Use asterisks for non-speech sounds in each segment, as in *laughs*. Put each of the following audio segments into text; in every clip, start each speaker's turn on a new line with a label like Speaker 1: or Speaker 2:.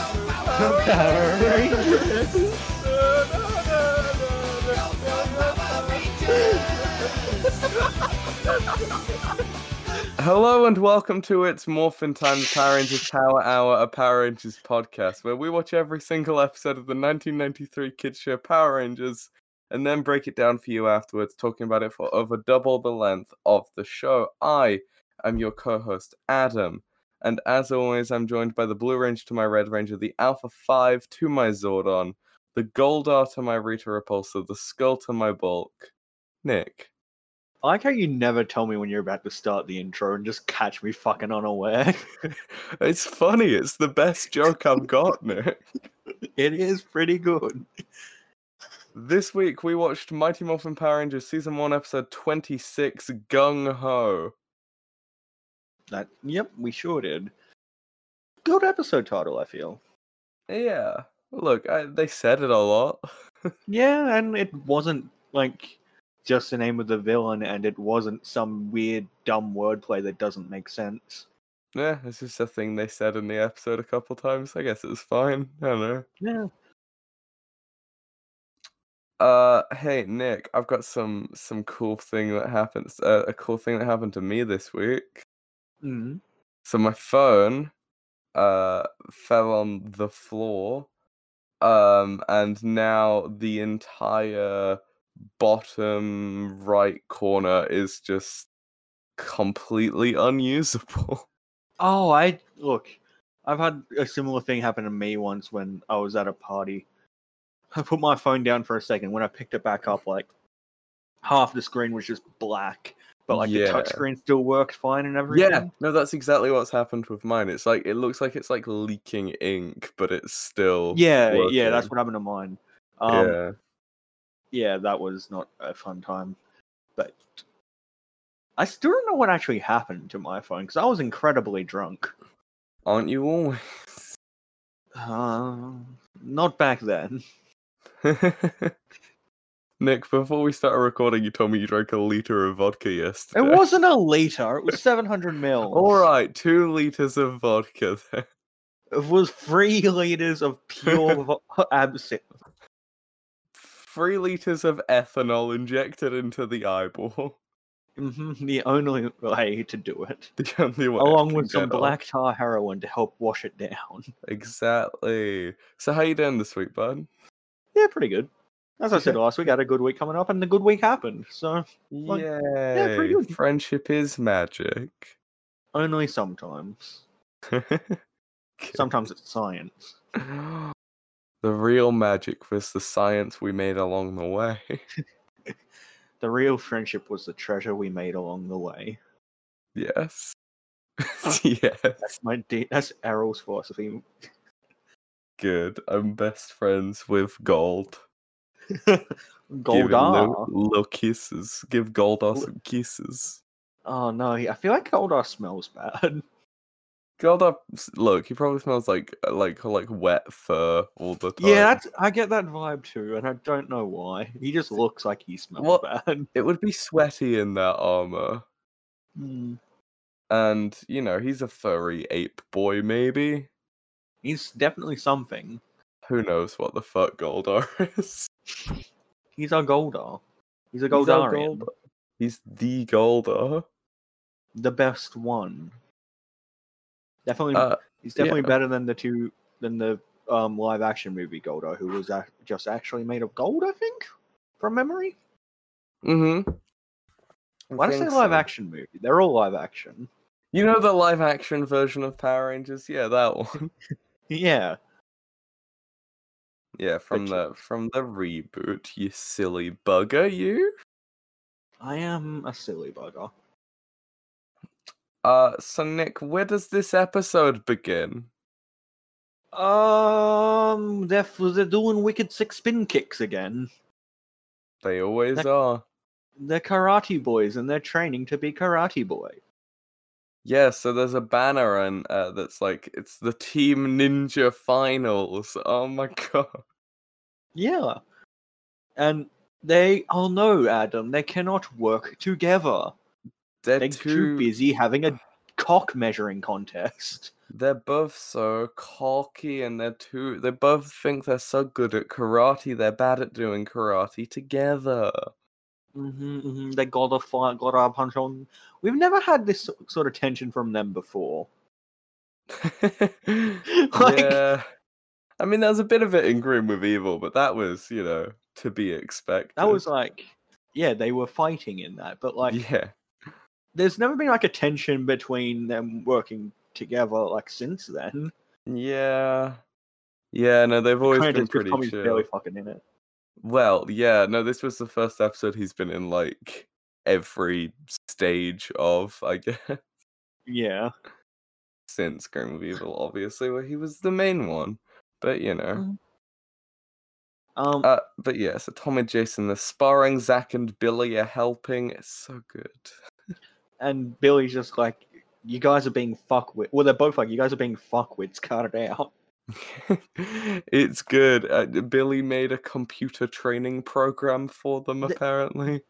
Speaker 1: the Power Rangers.
Speaker 2: Hello and welcome to It's Morphin Times Power Rangers Power Hour, a Power Rangers podcast, where we watch every single episode of the 1993 kids show Power Rangers and then break it down for you afterwards, talking about it for over double the length of the show. I am your co host, Adam, and as always, I'm joined by the Blue Ranger to my Red Ranger, the Alpha 5 to my Zordon, the Goldar to my Rita Repulsa, the Skull to my Bulk. Nick.
Speaker 1: I like how you never tell me when you're about to start the intro and just catch me fucking unaware. *laughs*
Speaker 2: It's funny. It's the best joke I've got, Nick.
Speaker 1: it is pretty good.
Speaker 2: This week we watched Mighty Morphin Power Rangers Season 1, Episode 26, Gung Ho.
Speaker 1: That yep, we sure did. Good episode title, I feel.
Speaker 2: Yeah. Look, I, they said it a lot.
Speaker 1: Yeah, and it wasn't like just the name of the villain, and it wasn't some weird dumb wordplay that doesn't make sense.
Speaker 2: Yeah, it's just a thing they said in the episode a couple times. I guess it was fine. I don't know.
Speaker 1: Yeah.
Speaker 2: Uh, hey Nick, I've got some some cool thing that happens. Uh, a cool thing that happened to me this week.
Speaker 1: Mm.
Speaker 2: So my phone uh fell on the floor. Um and now the entire bottom right corner is just completely *laughs* unusable.
Speaker 1: Oh, I look. I've had a similar thing happen to me once when I was at a party. I put my phone down for a second. When I picked it back up, like half the screen was just black, but like the
Speaker 2: Yeah.
Speaker 1: touch screen still worked fine and everything.
Speaker 2: Yeah, no, that's exactly what's happened with mine. It's like it looks like it's like leaking ink, but it's still
Speaker 1: yeah, yeah. That's
Speaker 2: working.
Speaker 1: what happened to mine. Um, yeah.
Speaker 2: yeah.
Speaker 1: that was not a fun time. But I still don't know what actually happened to my phone because I was incredibly drunk.
Speaker 2: Aren't you always? Uh.
Speaker 1: Um, not back
Speaker 2: *laughs*
Speaker 1: then.
Speaker 2: *laughs* Nick, before we started recording, you told me you drank a liter of vodka
Speaker 1: It
Speaker 2: yesterday.
Speaker 1: wasn't a liter. It was seven hundred mil.
Speaker 2: all right. Two liters of vodka. Then. *laughs*
Speaker 1: It was three *laughs* liters of pure vo- absinthe.
Speaker 2: Three liters of ethanol injected into the eyeball. *laughs*
Speaker 1: Mhm, the only way to do it,
Speaker 2: The only way. it
Speaker 1: along
Speaker 2: can
Speaker 1: with some
Speaker 2: get off.
Speaker 1: black tar heroin to help wash it down. *laughs*
Speaker 2: Exactly. So how you doing this week, bud?
Speaker 1: Yeah, pretty good. As I said last week, I had a good week coming up, and the good week happened. So Like,
Speaker 2: Yeah.
Speaker 1: pretty good.
Speaker 2: Friendship is magic. *laughs*
Speaker 1: only sometimes. Sometimes it's science.
Speaker 2: the real magic was the science we made along the way. *laughs*
Speaker 1: The real friendship was the treasure we made along the way.
Speaker 2: yes. *laughs* yes.
Speaker 1: That's my de- that's Errol's philosophy.
Speaker 2: Good. I'm best friends with gold. Give
Speaker 1: Goldar.
Speaker 2: Low kisses. Give Goldar
Speaker 1: Lo-
Speaker 2: some kisses.
Speaker 1: Oh no, I feel like Goldar smells bad.
Speaker 2: Goldar, s- look, he probably smells like uh, like like wet fur all the time.
Speaker 1: Yeah, that's, I get that vibe too, and I don't know why. He just looks like he smells
Speaker 2: What-
Speaker 1: bad. *laughs*
Speaker 2: it would be sweaty in that armor,
Speaker 1: Mm.
Speaker 2: and you know he's a furry ape boy. Maybe
Speaker 1: He's definitely something.
Speaker 2: who knows what the fuck Goldar *laughs* is.
Speaker 1: He's our Goldar. He's a
Speaker 2: He's our
Speaker 1: Goldarian.
Speaker 2: Goldar. He's the Goldar.
Speaker 1: the best one. Definitely,
Speaker 2: Uh,
Speaker 1: he's definitely
Speaker 2: yeah.
Speaker 1: better than the two than the um, live action movie Goldar, who was ac- just actually made of gold, I think, from memory.
Speaker 2: mm-hmm.
Speaker 1: Why did I say live action movie? They're all live action.
Speaker 2: You know the live action version of Power Rangers? Yeah, that *laughs* one.
Speaker 1: Yeah,
Speaker 2: Yeah, from
Speaker 1: Okay.
Speaker 2: the from the reboot, you silly bugger, you.
Speaker 1: I am a silly bugger.
Speaker 2: Uh so Nick, where does this episode begin?
Speaker 1: Um, they're f- they're doing wicked six spin kicks again.
Speaker 2: They always
Speaker 1: That-
Speaker 2: are.
Speaker 1: They're karate boys, and they're training to be karate boy.
Speaker 2: Yeah, so there's a banner and uh, that's like it's the Team Ninja Finals. Oh my *laughs* god.
Speaker 1: Yeah. And they oh no, Adam, they cannot work together.
Speaker 2: They're
Speaker 1: They're too busy having a cock measuring contest.
Speaker 2: They're both so cocky and they're too. They both think they're so good at karate, they're bad at doing karate together. *laughs*
Speaker 1: hmm hmm They got a fight, got a punch on. We've never had this so- sort of tension from them before. *laughs*
Speaker 2: *laughs*
Speaker 1: Like-
Speaker 2: yeah. I mean, there was a bit of it in Grim with Evil, but that was, you know, to be expected.
Speaker 1: That was like, yeah, they were fighting in that, but like,
Speaker 2: yeah.
Speaker 1: there's never been like a tension between them working together like since then.
Speaker 2: Yeah. Yeah, no, they've always
Speaker 1: Kinda
Speaker 2: been
Speaker 1: just 'cause
Speaker 2: pretty
Speaker 1: Tommy's
Speaker 2: chill.
Speaker 1: barely fucking in it.
Speaker 2: Well, yeah, no, this was the first episode he's been in like every stage of, I *laughs* guess,
Speaker 1: Yeah.
Speaker 2: since Grim of Evil, obviously, where he was the main one. But you know,
Speaker 1: Um,
Speaker 2: uh, but yeah, so Tom and Jason, they're sparring. Zach and Billy are helping. It's so good.
Speaker 1: and Billy's just like, you guys are being fuckwit. Well, they're both like, you guys are being fuckwits. *laughs* Cut it out.
Speaker 2: *laughs* it's good. Uh, Billy made a computer training program for them.
Speaker 1: The-
Speaker 2: Apparently,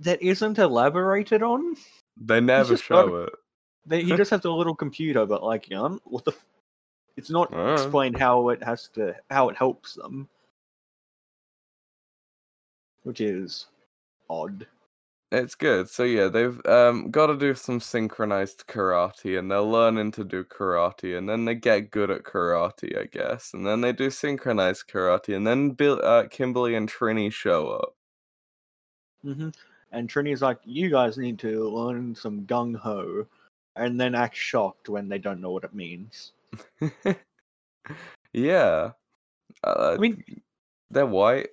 Speaker 1: That isn't elaborated on.
Speaker 2: they never
Speaker 1: just got a- *laughs*
Speaker 2: show it.
Speaker 1: They, he just has a little computer, but like, you know, what the? F- it's not
Speaker 2: Alright.
Speaker 1: explained how it has to, how it helps them, which is odd.
Speaker 2: It's good. So yeah, they've um got to do some synchronized karate, and they're learning to do karate, and then they get good at karate, I guess, and then they do synchronized karate, and then Bill, uh, Kimberly and Trini show up.
Speaker 1: hmm And Trini's like, you guys need to learn some gung ho, and then act shocked when they don't know what it means.
Speaker 2: yeah, uh,
Speaker 1: I mean,
Speaker 2: they're white.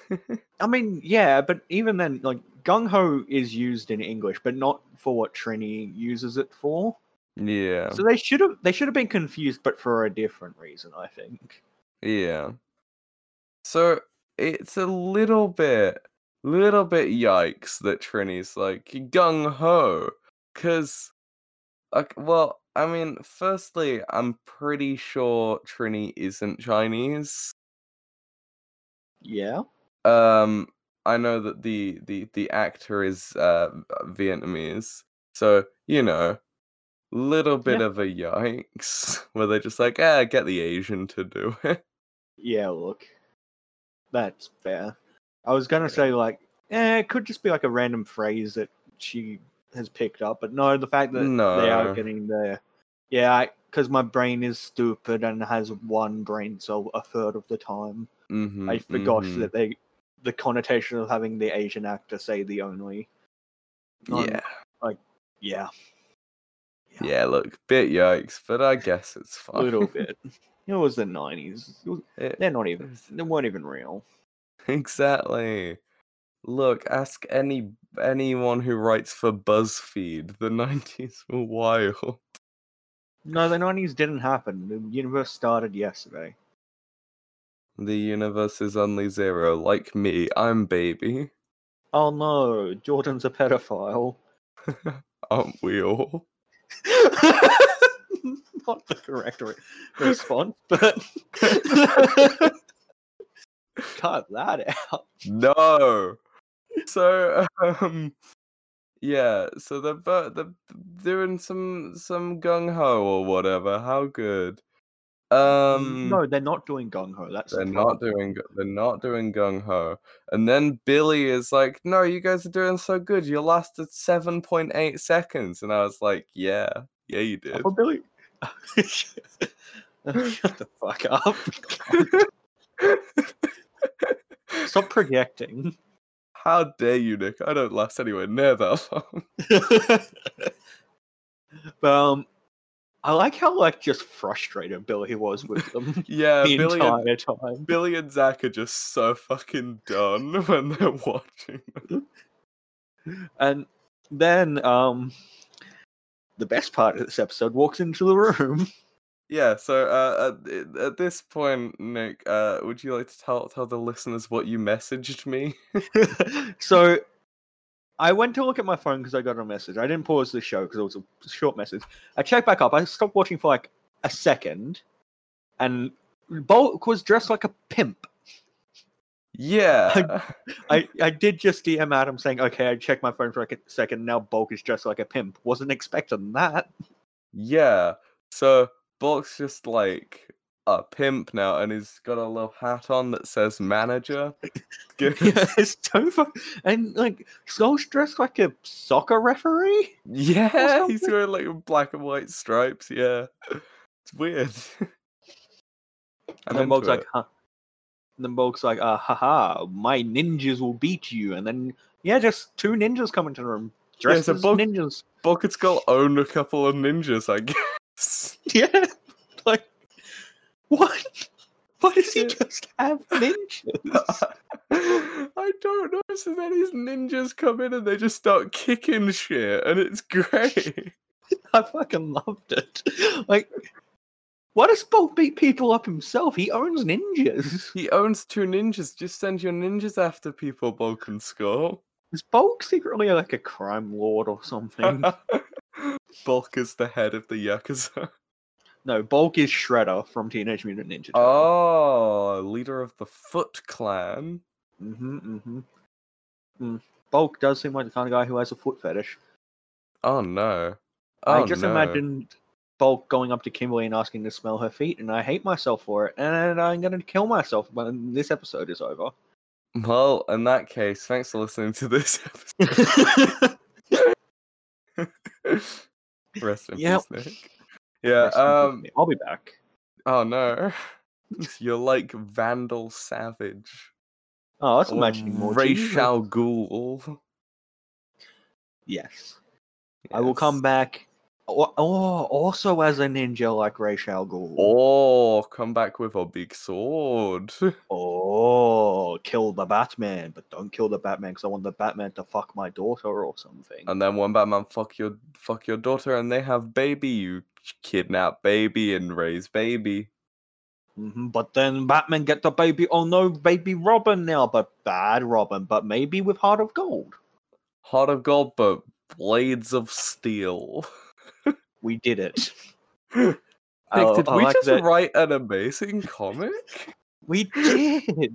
Speaker 2: *laughs*
Speaker 1: I mean, yeah, but even then, like gung ho is used in English, but not for what Trini uses it for.
Speaker 2: yeah,
Speaker 1: So they should have they should have been confused, but for a different reason, I think.
Speaker 2: yeah. So it's a little bit, little bit yikes that Trini's like gung ho, because, like, well, I mean, firstly, I'm pretty sure Trini isn't Chinese.
Speaker 1: Yeah.
Speaker 2: Um, I know that the the the actor is uh Vietnamese, so you know, little bit
Speaker 1: Yeah.
Speaker 2: of a yikes *laughs* where they're just like, ah, get the Asian to do it.
Speaker 1: Yeah, look. That's fair. I was gonna say like, eh, it could just be like a random phrase that she has picked up, but no, the fact that they
Speaker 2: No.
Speaker 1: are getting there. Yeah, because my brain is stupid and has one brain cell a third of the time.
Speaker 2: Mm-hmm,
Speaker 1: I forgot that they, the connotation of having the Asian actor say the only. on-
Speaker 2: Yeah. *laughs*
Speaker 1: Yeah,
Speaker 2: Yeah, look, bit yikes, but I guess it's
Speaker 1: a
Speaker 2: fine. *laughs*
Speaker 1: little bit. It was the nineties.
Speaker 2: It-
Speaker 1: They're not even. They weren't even real.
Speaker 2: exactly. Look, ask any anyone who writes for BuzzFeed. The *laughs* nineties were wild.
Speaker 1: No, the nineties didn't happen. The universe started yesterday.
Speaker 2: The universe is only zero. Like me, I'm baby.
Speaker 1: Oh no, Jordan's a pedophile. *laughs*
Speaker 2: Aren't we all?
Speaker 1: Not the correct re- response, but *laughs* cut that out.
Speaker 2: No. So *laughs* um yeah, so they're, bo- they're doing some some gung ho or whatever. How good.
Speaker 1: Mm,
Speaker 2: Um
Speaker 1: no, they're not doing gung ho. That's the
Speaker 2: They're not
Speaker 1: problem.
Speaker 2: doing. go- They're not doing gung ho. And then Billy is like, "No, you guys are doing so good. You lasted seven point eight seconds." And I was like, "Yeah, yeah, you
Speaker 1: I
Speaker 2: did."
Speaker 1: thought Oh, Billy. *laughs* Shut the fuck up. Stop projecting. *laughs*
Speaker 2: How dare you, Nick? I don't last anywhere near that *laughs* long.
Speaker 1: but um, I like how like just frustrated Billy was with them
Speaker 2: yeah,
Speaker 1: the
Speaker 2: Billy. And,
Speaker 1: entire time.
Speaker 2: Billy and Zach are just so fucking done *laughs* when they're watching.
Speaker 1: And then um the best part of this episode walks into the room. *laughs*
Speaker 2: Yeah. So uh, at, th- at this point, Nick, uh, would you like to tell tell the listeners what you messaged me? *laughs*
Speaker 1: so I went to look at my phone because I got a message. I didn't pause the show because it was a short message. I checked back up. I stopped watching for like a second, and Bulk was dressed like a pimp.
Speaker 2: Yeah.
Speaker 1: I, I did just DM Adam saying, okay, I checked my phone for like a second. Now Bulk is dressed like a pimp. Wasn't expecting that.
Speaker 2: Yeah. So Bulk's just like a pimp now, and he's got a little hat on that says manager. *laughs*
Speaker 1: yeah, *laughs* it's so fun. And like Skull's dressed like a soccer referee.
Speaker 2: *laughs* yeah, he's
Speaker 1: something.
Speaker 2: wearing like black and white stripes. Yeah, it's weird. *laughs*
Speaker 1: And
Speaker 2: I'm
Speaker 1: then Bog's
Speaker 2: into
Speaker 1: like,
Speaker 2: it.
Speaker 1: huh. And then Bog's like, uh, haha, my ninjas will beat you. And then, yeah, just two ninjas come into the room dressed
Speaker 2: so
Speaker 1: as
Speaker 2: Bog-
Speaker 1: ninjas.
Speaker 2: Bulk and Skull own a couple of ninjas, I *laughs* guess.
Speaker 1: *laughs* Yeah. Like, what? Why does he
Speaker 2: Yeah.
Speaker 1: just *laughs* have ninjas?
Speaker 2: I don't know. So then his ninjas come in and they just start kicking shit, and it's *laughs* great.
Speaker 1: I fucking loved it. Like, why does Bolt beat people up himself? He owns ninjas. *laughs*
Speaker 2: He owns two ninjas. Just send your ninjas after people, Bulk and Skull.
Speaker 1: Is Bolt secretly like a crime lord
Speaker 2: *laughs*
Speaker 1: or something?
Speaker 2: Bulk is the head of the Yakuza. *laughs*
Speaker 1: no, Bulk is Shredder from Teenage Mutant Ninja Turtles.
Speaker 2: Oh, leader of the Foot Clan.
Speaker 1: hmm hmm Mm. Bulk does seem like the kind of guy who has a foot fetish.
Speaker 2: Oh no.
Speaker 1: I
Speaker 2: Oh,
Speaker 1: just
Speaker 2: no.
Speaker 1: imagined Bulk going up to Kimberly and asking to smell her feet, and I hate myself for it, and I'm going to kill myself when this episode
Speaker 2: *laughs*
Speaker 1: is over.
Speaker 2: Well, in that case, thanks for listening to this *laughs* episode. Rest in
Speaker 1: Yep.
Speaker 2: peace, Nick. Yeah. Um.
Speaker 1: I'll be back.
Speaker 2: Oh no. *laughs* You're like Vandal Savage.
Speaker 1: Oh, that's
Speaker 2: or
Speaker 1: imagining more.
Speaker 2: Ra's
Speaker 1: Jesus.
Speaker 2: Shal Ghul.
Speaker 1: Yes. I will
Speaker 2: Yes.
Speaker 1: come back. Oh, oh, also as a ninja like Ra's al Ghul.
Speaker 2: Oh, come back with a big sword. *laughs*
Speaker 1: Oh, kill the Batman, but don't kill the Batman because I want the Batman to fuck my daughter or something.
Speaker 2: And then one Batman fuck your fuck your daughter and they have baby. You kidnap baby and raise baby.
Speaker 1: Mhm, But then Batman get the baby. Oh no, baby Robin now, but bad Robin, but maybe with heart of gold.
Speaker 2: Heart of gold but blades of *laughs* steel.
Speaker 1: We did it.
Speaker 2: *laughs* Nick,
Speaker 1: Oh,
Speaker 2: did
Speaker 1: I
Speaker 2: we
Speaker 1: like
Speaker 2: just
Speaker 1: that-
Speaker 2: write an amazing
Speaker 1: *laughs*
Speaker 2: comic?
Speaker 1: We did.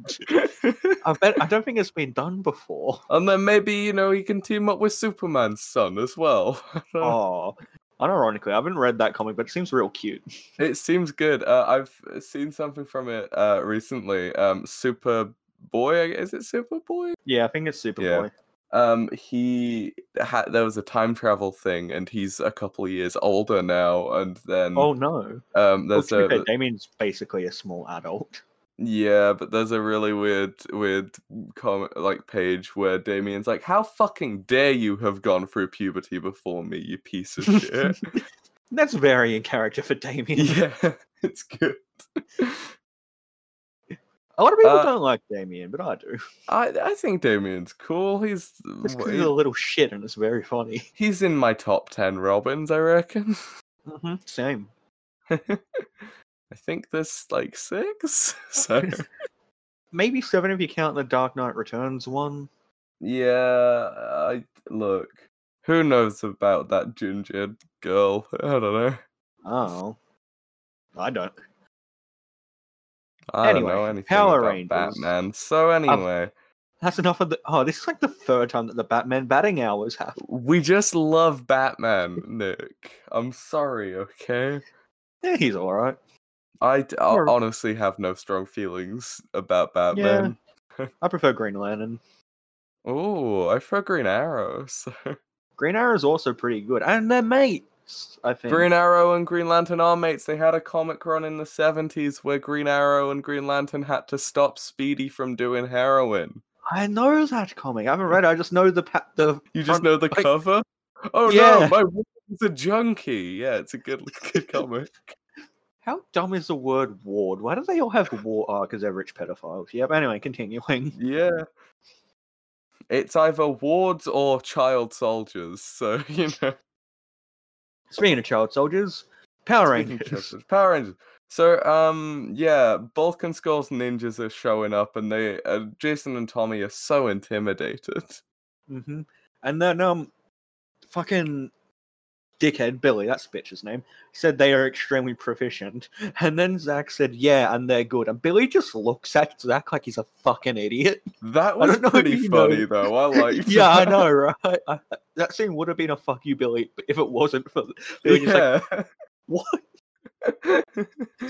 Speaker 1: I bet. I don't think it's been done before.
Speaker 2: *laughs* and then maybe, you know, he can team up with Superman's son as well. *laughs* I don't know.
Speaker 1: Oh, unironically, I haven't read that comic, but it seems real cute.
Speaker 2: It seems good. Uh, I've seen something from it uh, recently. Um, Superboy, I gue- is it Superboy?
Speaker 1: Yeah, I think it's Superboy.
Speaker 2: Um, he had there was a time travel thing, and he's a couple of years older now. And then,
Speaker 1: Oh no.
Speaker 2: um,
Speaker 1: Well,
Speaker 2: there's
Speaker 1: to be fair,
Speaker 2: a
Speaker 1: Damien's basically a small adult.
Speaker 2: yeah, but there's a really weird, weird comment like page where Damien's like, "How fucking dare you have gone through puberty before me, you piece
Speaker 1: *laughs*
Speaker 2: of shit." *laughs*
Speaker 1: That's very in character for Damien.
Speaker 2: yeah, it's good.
Speaker 1: A lot of people
Speaker 2: Uh,
Speaker 1: don't like Damien, but I do. *laughs*
Speaker 2: I I think Damien's cool. He's
Speaker 1: Just 'cause
Speaker 2: wh-
Speaker 1: he's a little shit and it's very funny.
Speaker 2: he's in my top 10 Robins, I reckon. *laughs*
Speaker 1: Mm-hmm. Same.
Speaker 2: I think there's like six. *laughs* So,
Speaker 1: Maybe seven if you count the Dark Knight Returns one.
Speaker 2: yeah, I look. Who knows about that ginger girl? *laughs* I don't know.
Speaker 1: Oh. I don't.
Speaker 2: I
Speaker 1: Anyway,
Speaker 2: don't know anything
Speaker 1: Power
Speaker 2: about
Speaker 1: Rangers.
Speaker 2: Batman. So anyway,
Speaker 1: That's enough of the. Oh, this is like the third time that the Batman batting hours have. *laughs*
Speaker 2: we just love Batman, Nick. I'm sorry, okay?
Speaker 1: Yeah, he's alright.
Speaker 2: I, d- I
Speaker 1: You're-
Speaker 2: honestly have no strong feelings about Batman.
Speaker 1: I prefer Green Lantern.
Speaker 2: Oh, I throw Green Arrow. So.
Speaker 1: Green Arrow's also pretty good. And they're mates, I think.
Speaker 2: Green Arrow and Green Lantern are mates. They had a comic run in the 70s where Green Arrow and Green Lantern had to stop Speedy from doing heroin.
Speaker 1: I know that comic. I haven't read it. I just know the. Pa- the
Speaker 2: You just
Speaker 1: front-
Speaker 2: know the
Speaker 1: like-
Speaker 2: cover? Oh no,
Speaker 1: Yeah.
Speaker 2: my is a junkie. Yeah, it's a good *laughs* good comic.
Speaker 1: How dumb is the word ward? Why do they all have war? Oh, because they're rich pedophiles. Yep. Anyway, continuing.
Speaker 2: Yeah. It's either wards or child soldiers, *laughs* so you know.
Speaker 1: Speaking of child soldiers, Power
Speaker 2: Speaking of
Speaker 1: Rangers.
Speaker 2: Chester- Power Rangers. So, um, yeah, Bulk and Skull's ninjas are showing up, and they, uh, Jason and Tommy are so
Speaker 1: Mm-hmm.
Speaker 2: intimidated.
Speaker 1: hmm And then um, fucking dickhead Billy, that's the bitch's name, said they are extremely proficient. *laughs* And then Zach said, yeah, and they're good. And Billy just looks at Zach like he's a fucking idiot.
Speaker 2: That was
Speaker 1: don't know if
Speaker 2: pretty
Speaker 1: you know.
Speaker 2: funny though. I *laughs* like.
Speaker 1: *laughs*
Speaker 2: *laughs*
Speaker 1: yeah, I know, right? I, that scene would have been a fuck you, Billy, if it wasn't for *laughs* Billy just like, what? *laughs*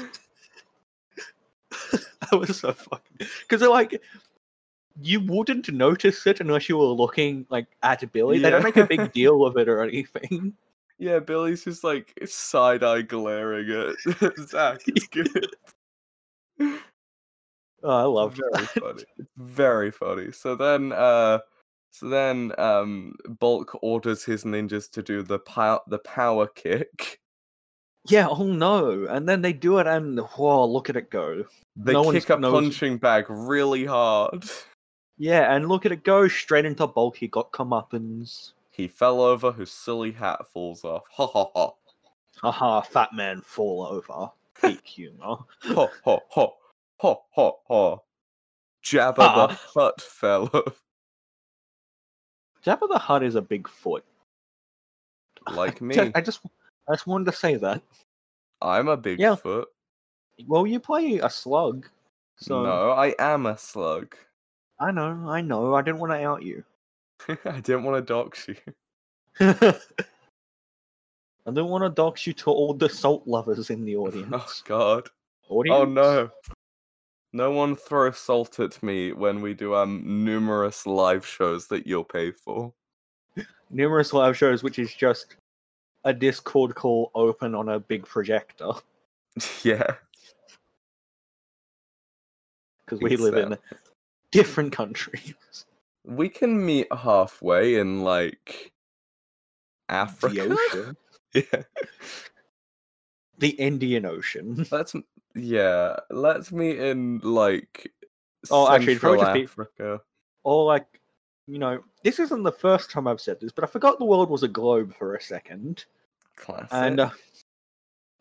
Speaker 1: That was so fucking. Because like, you wouldn't notice it unless you were looking like at Billy. They don't
Speaker 2: Yeah.
Speaker 1: make a
Speaker 2: *laughs*
Speaker 1: big deal of it or anything.
Speaker 2: *laughs* Yeah, Billy's just like side eye glaring at *laughs* Zach.
Speaker 1: *laughs*
Speaker 2: It's good.
Speaker 1: Oh, I love that. *laughs*
Speaker 2: very funny. It's very funny. So then, uh, so then, um, Bulk orders his ninjas to do the pow- the power kick.
Speaker 1: Yeah. Oh no! And then they do it, and whoa, look at it go.
Speaker 2: They
Speaker 1: No one's
Speaker 2: kick a
Speaker 1: knows-
Speaker 2: punching bag really hard.
Speaker 1: Yeah, and look at it go straight into bulk. He got comeuppance.
Speaker 2: He fell over. His silly hat falls off. Ha ha ha.
Speaker 1: Haha, fat man fall over.
Speaker 2: *laughs*
Speaker 1: Peak humor.
Speaker 2: Ha ha ha. Ha ha ha. Jabba the
Speaker 1: Ah.
Speaker 2: Hutt fell off
Speaker 1: Jabba the Hutt is a big foot.
Speaker 2: like me.
Speaker 1: Ju- I *laughs* just, I just wanted to say that.
Speaker 2: I'm a big
Speaker 1: Yeah.
Speaker 2: foot.
Speaker 1: Well, you play a slug, so
Speaker 2: No, I am a slug. *laughs*
Speaker 1: I know, I know. I didn't want to out you. *laughs*
Speaker 2: I didn't want to dox you.
Speaker 1: I don't want to dox you to all the salt lovers in the audience.
Speaker 2: *laughs* Oh god.
Speaker 1: audience?
Speaker 2: Oh no. No one throw salt at me when we do um numerous live shows that you'll pay
Speaker 1: *laughs*
Speaker 2: for.
Speaker 1: Numerous live shows, which is just a Discord call open on a big projector
Speaker 2: yeah.
Speaker 1: because we live in different countries. *laughs*
Speaker 2: We can meet halfway in like Africa.
Speaker 1: The ocean,
Speaker 2: *laughs* yeah.
Speaker 1: the Indian Ocean.
Speaker 2: Let's m- yeah, let's meet in like
Speaker 1: Oh, actually, it'd
Speaker 2: Central
Speaker 1: probably just
Speaker 2: Africa.
Speaker 1: Or like, you know, this isn't the first time I've said this, but I forgot the world was a globe for a second,
Speaker 2: Classic.
Speaker 1: and uh,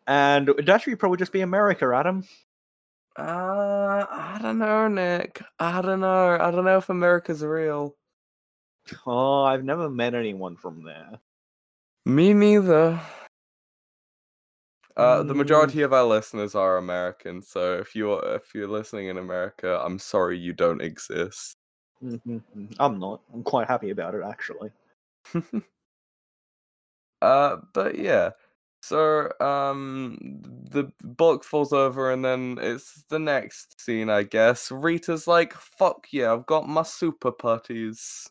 Speaker 1: and it'd actually probably just be America, Adam.
Speaker 2: Uh, I don't know, Nick. I don't know. I don't know if America's real.
Speaker 1: Oh, I've never met anyone from there.
Speaker 2: Me neither. Uh, the
Speaker 1: Mm.
Speaker 2: majority of our listeners are American, so if you're if you're listening in America, I'm sorry you don't exist. *laughs*
Speaker 1: Mhm, mhm. I'm not. I'm quite happy about it, actually.
Speaker 2: uh, but yeah. So um, the bulk falls over, and then it's the next scene, I guess. Rita's like, "Fuck yeah, I've got my super putties."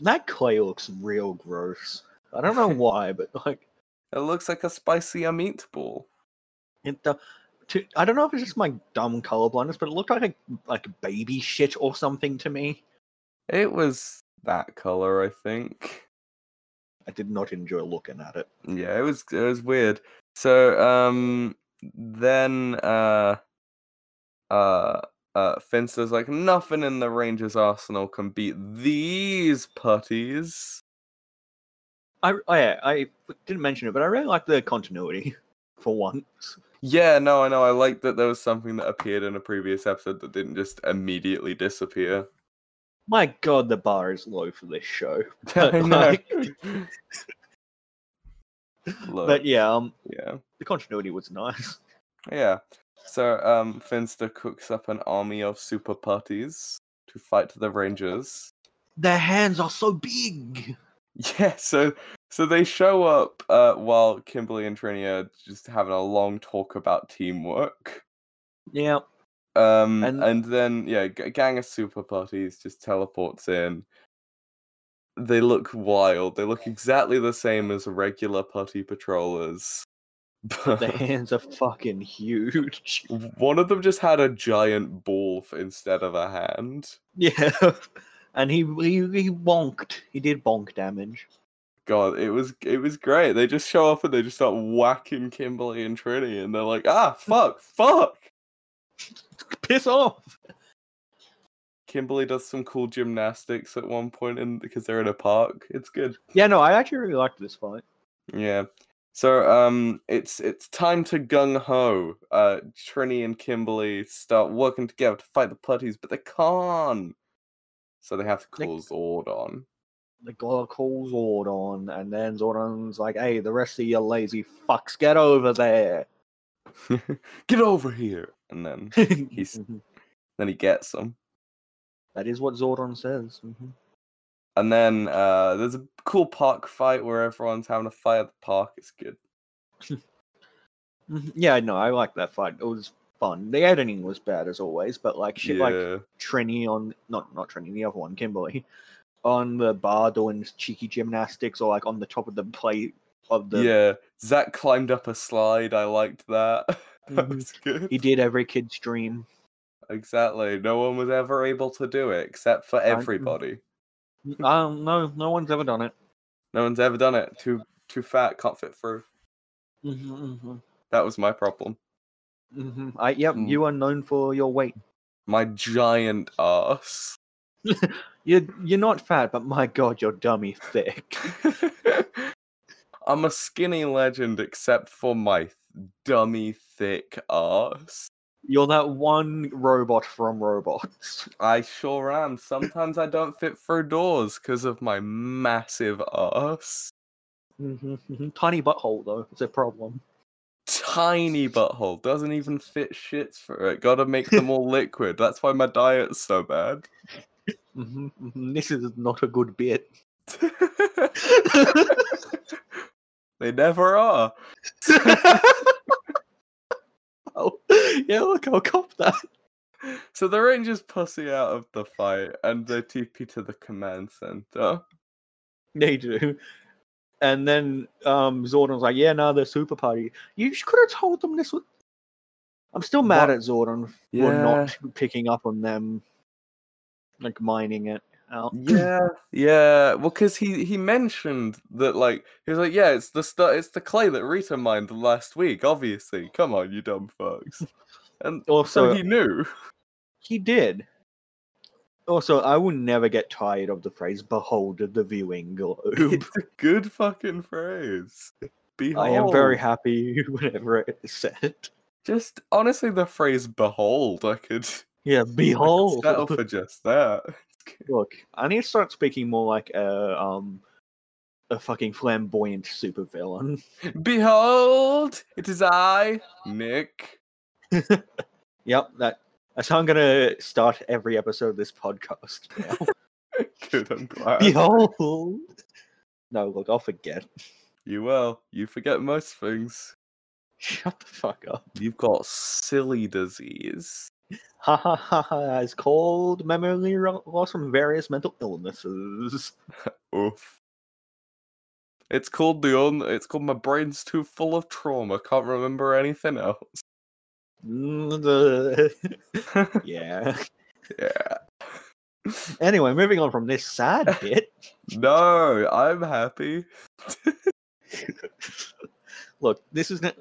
Speaker 1: That clay looks real gross. I don't *laughs* know why, but like
Speaker 2: It looks like a spicy meatball.
Speaker 1: it. do- to, I don't know if it's just my dumb colorblindness, but it looked like a, like baby shit or something to me.
Speaker 2: It was that color, I think.
Speaker 1: I did not enjoy looking at it.
Speaker 2: Yeah, it was it was weird. So um then uh uh uh Finster's like nothing in the Rangers arsenal can beat these putties.
Speaker 1: I oh yeah, I didn't mention it, but I really like the continuity *laughs* for once.
Speaker 2: Yeah, no, I know. I like that there was something that appeared in a previous episode that didn't just immediately
Speaker 1: *laughs*
Speaker 2: disappear. *laughs*
Speaker 1: My god, the bar is low for this show.
Speaker 2: I know. *laughs*
Speaker 1: Like-
Speaker 2: Look,
Speaker 1: But yeah, um,
Speaker 2: yeah.
Speaker 1: the continuity was nice. *laughs*
Speaker 2: Yeah. So um Finster cooks up an army of super putties to fight the Rangers.
Speaker 1: Their hands are so big.
Speaker 2: Yeah, so so they show up uh, while Kimberly and Trini are just having a long talk about teamwork.
Speaker 1: Yeah,
Speaker 2: Um, and,
Speaker 1: And-
Speaker 2: then yeah, g- a gang of super putties just teleports in. They look wild. They look exactly the same as regular putty patrollers. *laughs* But *laughs*
Speaker 1: *laughs* their hands are fucking huge. *laughs*
Speaker 2: one of them just had a giant ball f- instead of a hand.
Speaker 1: Yeah, and he he, he wonked. He did bonk damage. *laughs*
Speaker 2: God, it was it was great. They just show up and they just start whacking Kimberly and Trini, and they're like, "Ah, fuck, fuck."
Speaker 1: Piss off.
Speaker 2: Kimberly does some cool gymnastics at one point in because they're in a park. It's good.
Speaker 1: Yeah, no, I actually really liked this fight.
Speaker 2: Yeah. So um it's it's time to gung ho. Uh Trini and Kimberly start working together to fight the putties, but they can't. So they have to
Speaker 1: They-
Speaker 2: call Zordon.
Speaker 1: the guy calls Zordon, and then Zordon's like, "Hey, the rest of you lazy fucks, get over *laughs* there."
Speaker 2: Get over here. And then He's- then he gets them.
Speaker 1: Mm-hmm. That is what Zordon says. Mhm.
Speaker 2: And then uh, there's a cool park fight where everyone's having a fight at the park. It's good.
Speaker 1: Mhm. Yeah, no, I like that fight. It was fun. The editing was bad as always, but like shit, like Trini on not not Trini, the other one, Kimberly, on the bar doing cheeky gymnastics or like on the top of the plate of the.
Speaker 2: yeah. Zach climbed up a slide. I liked that. *laughs* that
Speaker 1: Mhm.
Speaker 2: was good.
Speaker 1: He did every kid's dream.
Speaker 2: Exactly. No one was ever able to do it except for
Speaker 1: Right.
Speaker 2: everybody.
Speaker 1: Um, no, no one's ever done it.
Speaker 2: No one's ever done it. Too too fat, can't fit through.
Speaker 1: Mhm, mhm,
Speaker 2: That was my problem.
Speaker 1: mhm. I yep.
Speaker 2: Mm.
Speaker 1: You are known for your weight.
Speaker 2: My giant ass.
Speaker 1: You're you're not fat, but my god, you're dummy *laughs* thick.
Speaker 2: I'm a skinny legend except for my th- dummy thick ass.
Speaker 1: You're that one robot from robots.
Speaker 2: I sure am. Sometimes I don't fit through doors because of my massive ass.
Speaker 1: Mhm, mhm. Tiny butthole though, it's a problem.
Speaker 2: Tiny butthole doesn't even fit shits for it. Gotta make them all liquid. That's why my diet's so bad. *laughs*
Speaker 1: Mhm, mhm. This is not a good *laughs* bit.
Speaker 2: they never are.
Speaker 1: oh, yeah, look, I'll cop that. *laughs*
Speaker 2: So the Rangers pussy out of the fight and they TP to the command center.
Speaker 1: They do. And then um, Zordon's like, yeah, no, they're super party. You sh- could have told them this was. I'm still mad
Speaker 2: What-
Speaker 1: at Zordon for not picking up on them, like mining it
Speaker 2: *laughs*
Speaker 1: out.
Speaker 2: Yeah, yeah. Well, because he he mentioned that like he was like, yeah, it's the stu- it's the clay that Rita mined last week. Obviously, come on, you dumb fucks. And so,
Speaker 1: Also,
Speaker 2: he
Speaker 1: *laughs*
Speaker 2: knew.
Speaker 1: He did. Also, I will never get tired of the phrase "behold the viewing globe."
Speaker 2: *laughs*
Speaker 1: *laughs*
Speaker 2: It's a good fucking phrase. Behold.
Speaker 1: I am very happy *laughs* whenever it is said.
Speaker 2: Just honestly, the phrase "behold," I could *laughs*
Speaker 1: *laughs* Yeah,
Speaker 2: I could
Speaker 1: behold.
Speaker 2: settle for just that.
Speaker 1: Look, I need to start speaking more like a um a fucking flamboyant supervillain.
Speaker 2: Behold, it is I, Nick.
Speaker 1: *laughs* Yep, that that's how I'm gonna start every episode of this *laughs* podcast. Now.
Speaker 2: *laughs* Good, I'm glad.
Speaker 1: behold. No, look, I'll forget. *laughs*
Speaker 2: You will. You forget most things.
Speaker 1: Shut the fuck up.
Speaker 2: You've got silly disease.
Speaker 1: Ha ha ha ha! It's called memory ro- loss from various mental
Speaker 2: *laughs*
Speaker 1: illnesses. *laughs*
Speaker 2: Oof. It's called the on. It's called my brain's too full of trauma. Can't remember anything else.
Speaker 1: Mm, the- yeah.
Speaker 2: yeah.
Speaker 1: Anyway, moving on from this sad bit.
Speaker 2: No, I'm happy.
Speaker 1: Look, this is not.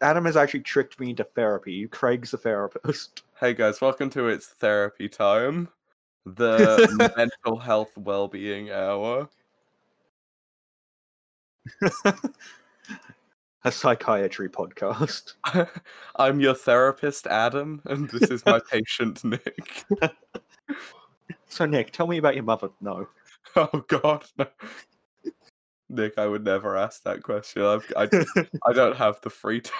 Speaker 1: Adam has actually tricked me into therapy. Craig's the therapist.
Speaker 2: Hey guys, welcome to it's therapy time, the mental health well-being hour. *laughs*
Speaker 1: A psychiatry podcast. *laughs*
Speaker 2: I'm your therapist, Adam, and this is my patient, Nick.
Speaker 1: So, Nick, tell me about your mother.
Speaker 2: *laughs*
Speaker 1: No.
Speaker 2: Oh God, no. Nick, I would never ask that question. I've, I,
Speaker 1: *laughs*
Speaker 2: I don't have the free time.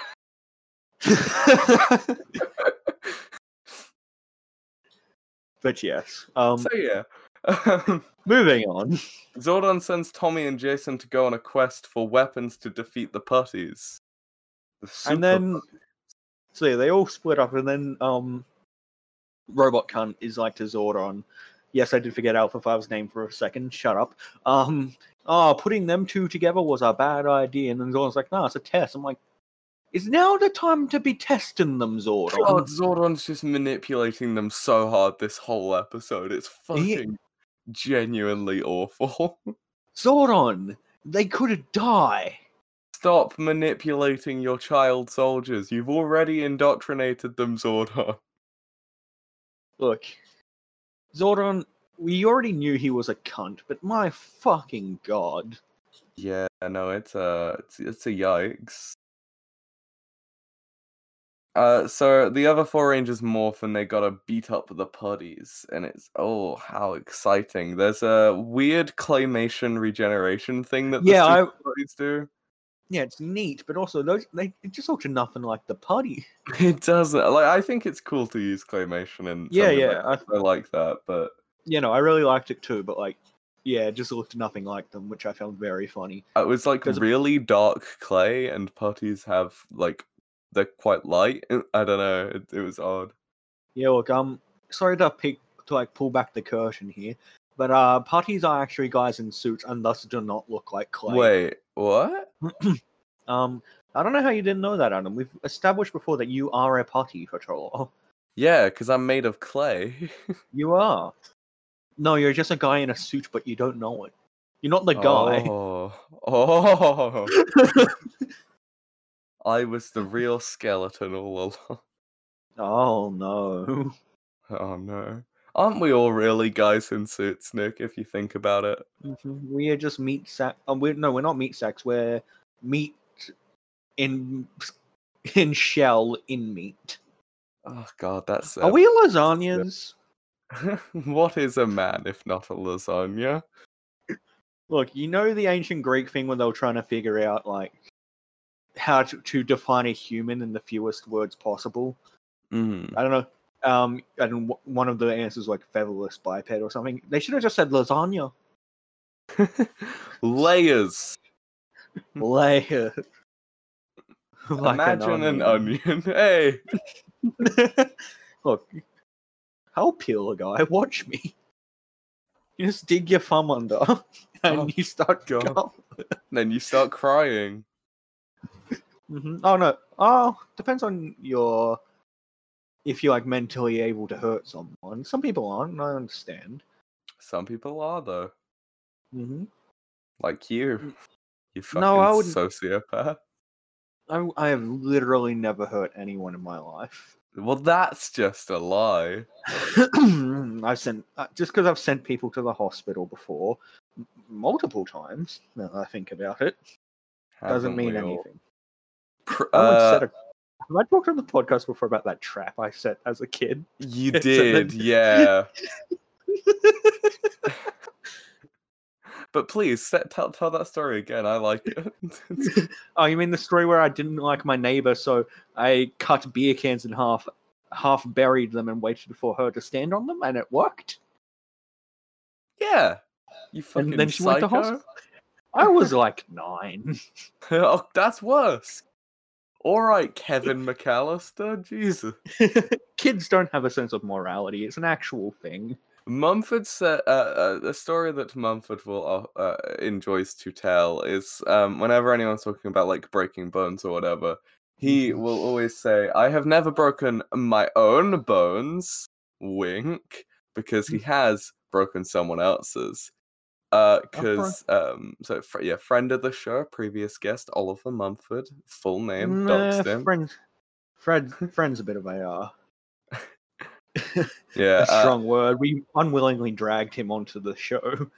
Speaker 1: but yes. Um,
Speaker 2: So yeah, *laughs* Um,
Speaker 1: moving on.
Speaker 2: Zordon sends Tommy and Jason to go on a quest for weapons to defeat the putties. The super
Speaker 1: and then, so yeah, they all split up, and then um, Robot Cunt is like to Zordon. Yes, I did forget Alpha 5's name for a second. Shut up. Um, oh, putting them two together was a bad idea. And then Zordon's like, no, it's a test. I'm like, is now the time to be testing them, Zordon?
Speaker 2: God, Zordon's just manipulating them so hard this whole episode. It's
Speaker 1: He-
Speaker 2: fucking genuinely awful. *laughs*
Speaker 1: Zordon, they could die.
Speaker 2: Stop manipulating your child soldiers. You've already indoctrinated them, Zordon.
Speaker 1: Look, Zordon, we already knew he was a cunt, but my fucking god.
Speaker 2: uh, Yeah, no, it's a it's, it's a yikes. Uh, so the other four rangers morph and they gotta beat up the putties, and it's oh how exciting! There's a weird claymation regeneration thing that the
Speaker 1: Yeah,
Speaker 2: super
Speaker 1: I-
Speaker 2: putties do. *laughs*
Speaker 1: Yeah, it's neat, but also those they it just looks nothing like the putty.
Speaker 2: It doesn't like I think it's cool to use claymation and
Speaker 1: Yeah,
Speaker 2: something
Speaker 1: yeah,
Speaker 2: like- I like that, but
Speaker 1: You know, I really liked it too, but like, yeah, it just looked nothing like them, which I found very funny.
Speaker 2: it was uh, like
Speaker 1: 'Cause-
Speaker 2: really dark clay, and putties have like they're quite light. uh, I don't know. It, it was odd.
Speaker 1: Yeah, look, um, sorry to pick to like pull back the curtain here, but uh, putties are actually guys in suits and thus do not look like clay.
Speaker 2: Wait, what?
Speaker 1: Um, I don't know how you didn't know that, Adam. We've established before that you are a putty for Troll.
Speaker 2: Yeah, because I'm made of clay.
Speaker 1: You are. No, you're just a guy in a suit, but you don't know it. You're not the guy.
Speaker 2: Oh, oh. I was the real skeleton all along.
Speaker 1: *laughs*
Speaker 2: *laughs*
Speaker 1: Oh no.
Speaker 2: Oh no. Aren't we all really guys in suits, Nick, if you think about it?
Speaker 1: Mhm, We are just meat sack. Um, we're, no, we're not meat sacks. We're meat in *laughs* in shell in meat.
Speaker 2: Oh god, that's
Speaker 1: Are
Speaker 2: sad.
Speaker 1: we lasagnas?
Speaker 2: *laughs* what is a man if not a lasagna?
Speaker 1: Look, you know the ancient Greek thing when they were trying to figure out like how to, to define a human in the fewest words possible.
Speaker 2: Mm. *laughs*
Speaker 1: I don't know. Um, and w- one of the answers like featherless biped or something. They should have just said lasagna.
Speaker 2: Layers.
Speaker 1: Layer. *laughs* Like
Speaker 2: Hmm. Imagine an onion. *laughs* Hey.
Speaker 1: *laughs* Look, I'll peel a guy. Watch me. You just dig your thumb under *laughs* and
Speaker 2: Oh,
Speaker 1: you start going.
Speaker 2: God. Then you start crying.
Speaker 1: Mhm. Oh no. Oh, depends on your if you're like mentally able to hurt someone. Some people aren't. and I understand.
Speaker 2: Some people are though.
Speaker 1: hmm
Speaker 2: Like you. You fucking
Speaker 1: Mm. No, I wouldn't-
Speaker 2: sociopath.
Speaker 1: I I have literally never hurt anyone in my life. *clears throat*
Speaker 2: Well, that's just a lie.
Speaker 1: I've sent uh, just because I've sent people to the hospital before m- multiple times. Now that I think about it, doesn't
Speaker 2: Haven't
Speaker 1: mean
Speaker 2: we all?
Speaker 1: anything.
Speaker 2: Pr-
Speaker 1: I once
Speaker 2: uh,
Speaker 1: said a, have I talked on the podcast before about that trap I set as a kid? *laughs*
Speaker 2: you
Speaker 1: it's a
Speaker 2: did,
Speaker 1: limp. *laughs*
Speaker 2: yeah. but please set, tell tell that story again. I like it. *laughs* It's-
Speaker 1: Oh, you mean the story where I didn't like my neighbor, so I cut beer cans in half, half buried them, and waited for her to stand on them, and it worked.
Speaker 2: yeah, you fucking
Speaker 1: *laughs* And then she went to
Speaker 2: psycho.
Speaker 1: hospital. I was like nine.
Speaker 2: *laughs* oh, that's worse. All
Speaker 1: *laughs*
Speaker 2: right, Kevin McAllister. Jesus.
Speaker 1: Kids don't have a sense of morality; it's an actual thing.
Speaker 2: Mumford said uh, uh, the story that Mumford will uh, uh, enjoys to tell is um, whenever anyone's talking about like breaking bones or whatever, he
Speaker 1: Mhm.
Speaker 2: will always say, "I have never broken my own bones." Wink, because
Speaker 1: Mm.
Speaker 2: he has broken someone else's.
Speaker 1: I've bro-
Speaker 2: Because um, so fr- yeah, friend of the show, previous guest Oliver Mumford, full name, doxed
Speaker 1: Nah,
Speaker 2: him.
Speaker 1: friends, Fred, friends, a bit of a, uh,
Speaker 2: yeah,
Speaker 1: a
Speaker 2: uh,
Speaker 1: strong word. We unwillingly dragged him onto the show.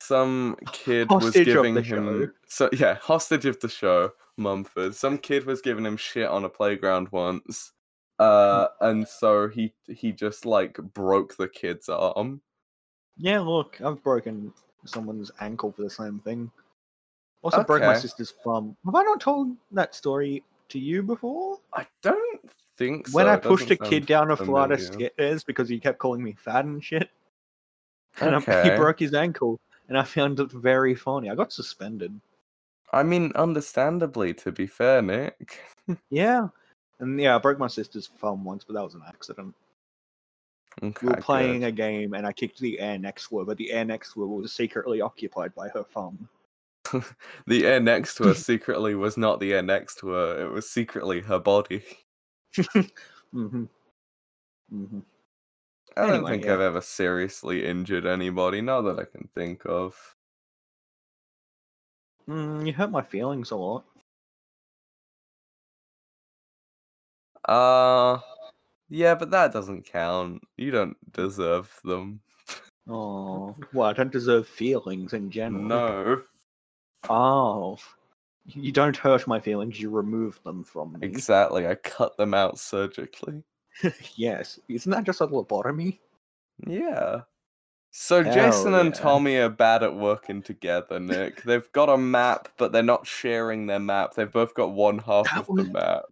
Speaker 2: some kid was
Speaker 1: Hostage of
Speaker 2: giving
Speaker 1: the
Speaker 2: him
Speaker 1: show.
Speaker 2: so yeah hostage of the show mumford some kid was giving him shit on a playground once
Speaker 1: Mm.
Speaker 2: uh and so he he just like broke the kid's arm
Speaker 1: Yeah, look, I've broken someone's ankle for the same thing. Also, broke my
Speaker 2: Okay.
Speaker 1: sister's thumb. Have I not told that story to you before?
Speaker 2: i don't think
Speaker 1: when
Speaker 2: so.
Speaker 1: I
Speaker 2: It
Speaker 1: pushed a
Speaker 2: doesn't
Speaker 1: kid
Speaker 2: sound
Speaker 1: down a flight of
Speaker 2: familiar.
Speaker 1: stairs because he kept calling me fat and shit, *laughs* and I, he
Speaker 2: Okay.
Speaker 1: broke his ankle, and I found it very funny. I got suspended.
Speaker 2: i mean understandably to be fair nick
Speaker 1: Yeah, and yeah, I broke my sister's thumb once, but that was an accident.
Speaker 2: okay,
Speaker 1: We were playing
Speaker 2: good.
Speaker 1: a game and I kicked the air next to her, but the air next to her was secretly occupied by her thumb. *laughs*
Speaker 2: the air next to her secretly was not the air next to her it was secretly her body
Speaker 1: hmm hmm
Speaker 2: i don't
Speaker 1: Anyway,
Speaker 2: think
Speaker 1: yeah.
Speaker 2: i've ever seriously injured anybody not that i can think of
Speaker 1: Mm, you hurt my feelings a lot.
Speaker 2: Uh yeah, but that doesn't count. You don't deserve them.
Speaker 1: Oh, well, I don't deserve feelings in general.
Speaker 2: No.
Speaker 1: Oh, You don't hurt my feelings, you remove them from me.
Speaker 2: *laughs* Exactly. I cut them out surgically.
Speaker 1: yes. Isn't that just a lobotomy?
Speaker 2: Yeah. So
Speaker 1: Hell
Speaker 2: Jason and
Speaker 1: yeah.
Speaker 2: Tommy are bad at working together, Nick. They've got a map, but they're not sharing their map. They've both got one half
Speaker 1: That
Speaker 2: of
Speaker 1: was-
Speaker 2: the map.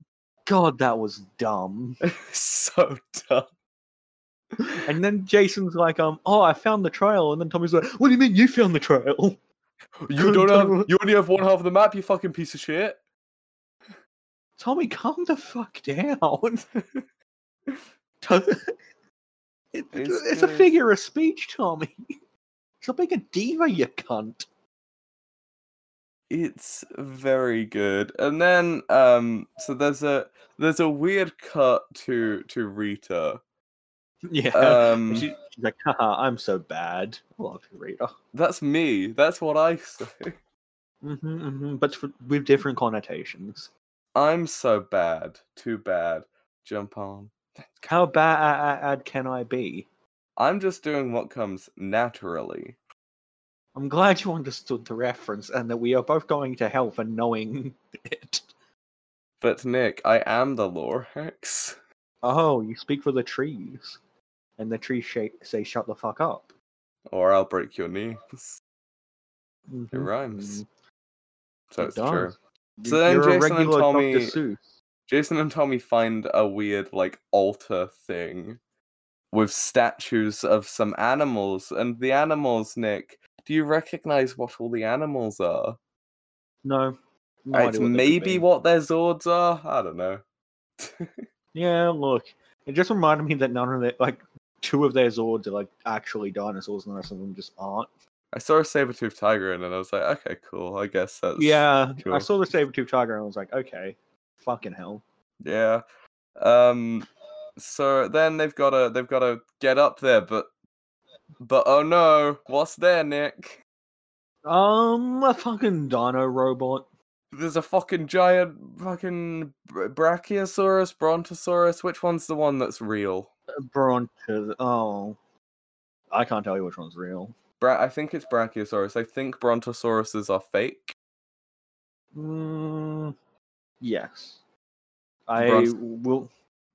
Speaker 1: God, that was dumb.
Speaker 2: *laughs* so dumb.
Speaker 1: And then Jason's like, um, oh, I found the trail. And then Tommy's like, what do you mean you found the trail? *laughs*
Speaker 2: You don't *laughs* have you only have one half of the map, you fucking piece of shit.
Speaker 1: Tommy, calm the fuck down. *laughs* To- *laughs* It- it's,
Speaker 2: It's
Speaker 1: it's a
Speaker 2: good.
Speaker 1: figure of speech, Tommy. *laughs* Stop being a diva, you cunt.
Speaker 2: It's very good. And then um so there's a there's a weird cut to to
Speaker 1: *laughs*
Speaker 2: Rita.
Speaker 1: Yeah.
Speaker 2: Um
Speaker 1: She- she's like, haha, I'm so bad. I love you, Rita.
Speaker 2: that's me. That's what I *laughs* say.
Speaker 1: hmm hmm but for, with different connotations.
Speaker 2: I'm so bad. Too bad. Jump on.
Speaker 1: How bad can I be?
Speaker 2: I'm just doing what comes naturally.
Speaker 1: I'm glad you understood the reference and that we are both going to hell for knowing *laughs* it.
Speaker 2: But Nick, I am the Lorax.
Speaker 1: Oh, you speak for the trees. And the trees sh- say, shut the fuck up.
Speaker 2: Or I'll break your knees. It
Speaker 1: Mhm.
Speaker 2: rhymes.
Speaker 1: Mm,
Speaker 2: So
Speaker 1: Mm-hmm. it
Speaker 2: it's
Speaker 1: does.
Speaker 2: true.
Speaker 1: You-
Speaker 2: So then
Speaker 1: Mm-hmm. you're a
Speaker 2: Jason and
Speaker 1: regular Dr.
Speaker 2: Tommy-
Speaker 1: Seuss.
Speaker 2: Jason and Tommy find a weird like altar thing with statues of some animals and the animals Nick do you recognize what all the animals are?
Speaker 1: No. no
Speaker 2: Right,
Speaker 1: idea what they could
Speaker 2: maybe
Speaker 1: be.
Speaker 2: what their zords are? I don't know.
Speaker 1: Yeah, look. It just reminded me that none of their, like, two of their Zords are, like, actually dinosaurs and the rest of them just aren't.
Speaker 2: I saw a saber-toothed tiger and I was like, okay, cool. I guess that's
Speaker 1: yeah, I
Speaker 2: cool.
Speaker 1: saw the saber-tooth tiger and I was like, okay, fucking hell.
Speaker 2: Yeah. Um so then they've got to they've got to get up there but but oh no, what's there, Nick?
Speaker 1: Um, a fucking dino robot.
Speaker 2: There's a fucking giant fucking br- Brachiosaurus, Brontosaurus. Which one's the one that's real?
Speaker 1: Brontos. Oh, I can't tell you which one's real.
Speaker 2: Bra- I think it's Brachiosaurus. I think Brontosauruses are fake.
Speaker 1: Mm, yes, I
Speaker 2: Brontos-
Speaker 1: will.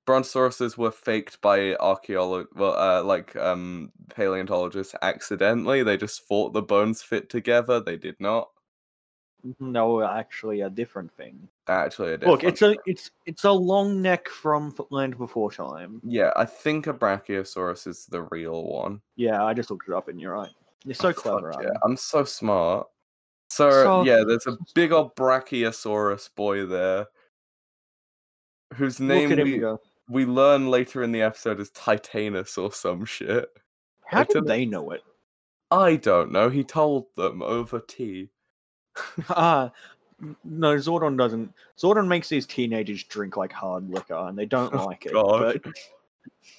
Speaker 2: Brontosauruses were faked by archaeologists, well, uh, like um, paleontologists, accidentally. They just thought the bones fit together. They did not.
Speaker 1: No, actually, a different thing.
Speaker 2: Actually, a
Speaker 1: Look, it's a
Speaker 2: different-
Speaker 1: it's it's a long neck from F- Land Before Time.
Speaker 2: yeah. I think a Brachiosaurus is the real one.
Speaker 1: Yeah, I just looked it up, and you're right. You're so
Speaker 2: Oh, fuck
Speaker 1: clever.
Speaker 2: yeah.
Speaker 1: Adam.
Speaker 2: I'm so smart. So,
Speaker 1: So-
Speaker 2: yeah, there's a big old Brachiosaurus boy there, whose name
Speaker 1: Look at him
Speaker 2: we,
Speaker 1: go.
Speaker 2: we learn later in the episode is Titanus or some shit.
Speaker 1: How
Speaker 2: Look at
Speaker 1: did they know it?
Speaker 2: I don't know. He told them over tea.
Speaker 1: Ah, n- no, Zordon doesn't. Zordon makes these teenagers drink like hard liquor, and they don't
Speaker 2: Oh,
Speaker 1: like it.
Speaker 2: God.
Speaker 1: But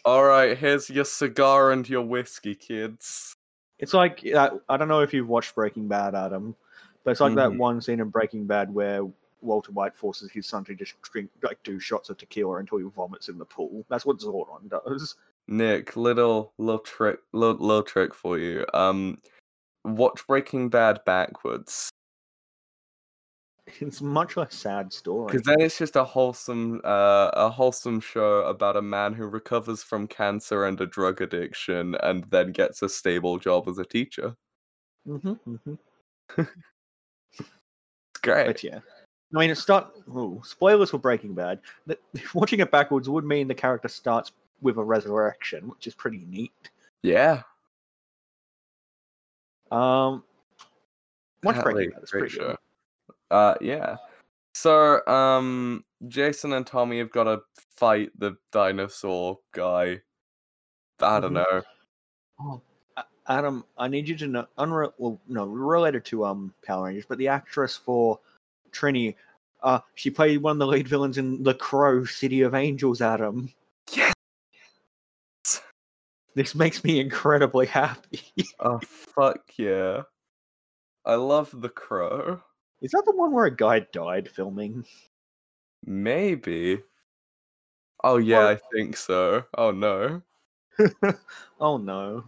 Speaker 2: All right, here's your cigar and your whiskey, kids.
Speaker 1: it's like uh, I don't know if you've watched Breaking Bad, Adam, but it's like that
Speaker 2: Mhm.
Speaker 1: one scene in Breaking Bad where Walter White forces his son to just drink like do shots of tequila until he vomits in the pool. That's what Zordon does. *laughs*
Speaker 2: Nick, little little trick, little, little trick for you. Um, watch Breaking Bad backwards.
Speaker 1: It's much like sad story.
Speaker 2: Because then it's just a wholesome, uh, a wholesome show about a man who recovers from cancer and a drug addiction, and then gets a stable job as a teacher.
Speaker 1: hmm hmm
Speaker 2: It's great.
Speaker 1: But yeah. I mean, it start. Ooh, spoilers for Breaking Bad. That- *laughs* Watching it backwards would mean the character starts with a resurrection, which is pretty neat.
Speaker 2: Yeah,
Speaker 1: Um, watch
Speaker 2: Exactly,
Speaker 1: Breaking Bad. It's pretty good.
Speaker 2: Uh, yeah. So, um, Jason and Tommy have got to fight the dinosaur guy. I don't
Speaker 1: Mhm.
Speaker 2: know.
Speaker 1: A- Adam, I need you to know. Unre- well, no, related to um Power Rangers, but the actress for Trini, uh, she played one of the lead villains in The Crow, City of Angels. Adam,
Speaker 2: Yes!
Speaker 1: this makes me incredibly happy.
Speaker 2: Oh fuck yeah! I love the crow.
Speaker 1: Is that the one where a guy died filming?
Speaker 2: Maybe. Oh yeah,
Speaker 1: Well-
Speaker 2: I think so. Oh no.
Speaker 1: oh no.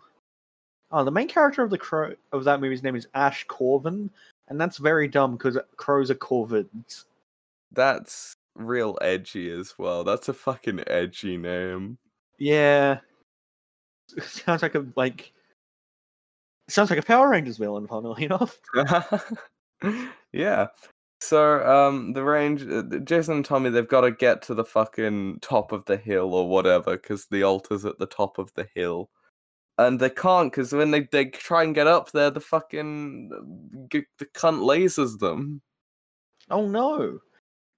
Speaker 1: Oh, the main character of the crow of that movie's name is Ash Corvin, and that's very dumb because crows are corvids.
Speaker 2: That's real edgy as well. That's a fucking edgy name. *laughs*
Speaker 1: Yeah, *laughs* sounds like a like sounds like a Power Rangers villain. Funnily *laughs* enough,
Speaker 2: yeah. So um, the range, uh, Jason and Tommy, they've got to get to the fucking top of the hill or whatever, because the altar's at the top of the hill, and they can't, because when they they try and get up there, the fucking uh, g- the cunt lasers them.
Speaker 1: oh no,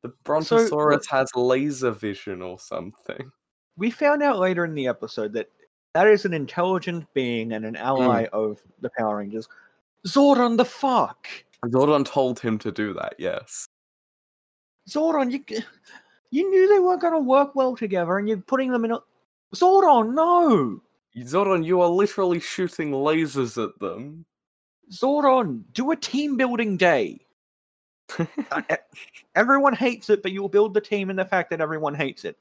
Speaker 2: The Brontosaurus has laser vision or something.
Speaker 1: we found out later in the episode that that is an intelligent being and an ally of the Power Rangers. Zordon, the fuck,
Speaker 2: Zordon told him to do that. Yes.
Speaker 1: Zordon, you g- you knew they weren't going to work well together, and you're putting them in a Zordon. No,
Speaker 2: Zordon, you are literally shooting lasers at them.
Speaker 1: Zordon, do a team building day. Uh, e- everyone hates it, but you'll build the team in the fact that everyone hates it.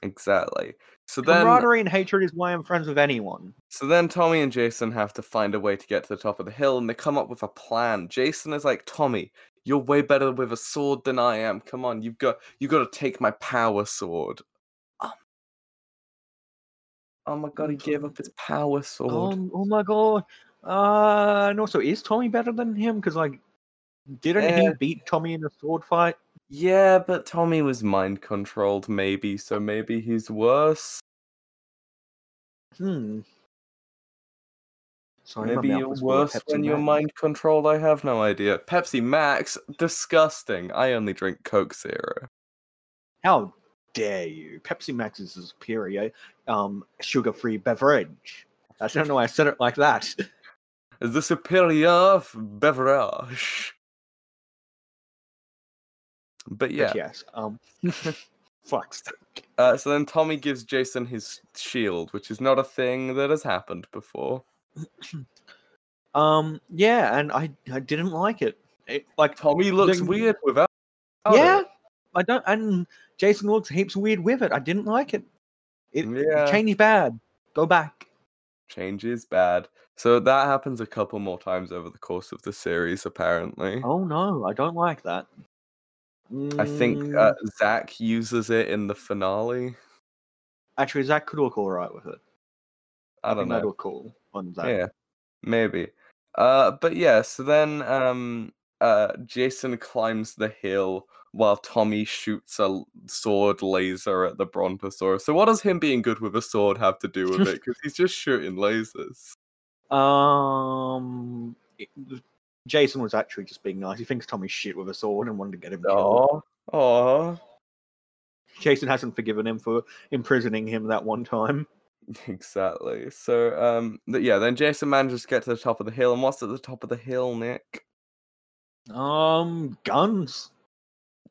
Speaker 2: exactly. So then,
Speaker 1: Camaraderie and hatred is why I'm friends with anyone.
Speaker 2: so then Tommy and Jason have to find a way to get to the top of the hill, and they come up with a plan. Jason is like, Tommy, you're way better with a sword than I am. Come on, you've got you got to take my power sword. Um, Oh my god, he gave up his power sword.
Speaker 1: Oh, oh my god. Uh, and also, is Tommy better than him? Because, like, didn't he
Speaker 2: Yeah.
Speaker 1: beat Tommy in a sword fight?
Speaker 2: Yeah, but Tommy was mind controlled, maybe, so maybe he's worse.
Speaker 1: Hmm. Sorry, my
Speaker 2: Maybe
Speaker 1: mouth
Speaker 2: you're
Speaker 1: is full of
Speaker 2: worse
Speaker 1: Pepsi
Speaker 2: when you're
Speaker 1: Max.
Speaker 2: mind controlled. I have no idea. Pepsi Max, disgusting. I only drink Coke Zero.
Speaker 1: How dare you? Pepsi Max is a superior um, sugar free beverage. I don't know why I said it like that.
Speaker 2: Is the superior f- beverage. But
Speaker 1: But
Speaker 2: yeah,
Speaker 1: yes.
Speaker 2: *laughs*
Speaker 1: Um, fuck's sake.
Speaker 2: Uh, so then Tommy gives Jason his shield, which is not a thing that has happened before.
Speaker 1: Um, yeah, and I, I didn't like it. it like,
Speaker 2: Tommy looks
Speaker 1: Then-
Speaker 2: weird without. without
Speaker 1: yeah,
Speaker 2: it.
Speaker 1: I don't. And Jason looks heaps weird with it. I didn't like it. It
Speaker 2: Yeah.
Speaker 1: change bad. Go back.
Speaker 2: Change is bad. So that happens a couple more times over the course of the series, apparently.
Speaker 1: Oh no, I don't like that.
Speaker 2: I think
Speaker 1: Mm,
Speaker 2: uh, Zach uses it in the finale.
Speaker 1: actually Zach could look all right with it.
Speaker 2: I don't
Speaker 1: think that'd
Speaker 2: know.
Speaker 1: look cool on Zach.
Speaker 2: Yeah, maybe. Uh, but yeah. So then, um, uh, Jason climbs the hill while Tommy shoots a l- sword laser at the Brontosaurus. So what does him being good with a sword have to do with it? Because he's just shooting lasers.
Speaker 1: Um, it- Jason was actually just being nice. He thinks Tommy's shit with a sword and wanted to get him killed.
Speaker 2: Oh, oh,
Speaker 1: Jason hasn't forgiven him for imprisoning him that one time.
Speaker 2: *laughs* exactly. So um, th- yeah. Then Jason manages to get to the top of the hill, and what's at the top of the hill, Nick?
Speaker 1: Um, guns.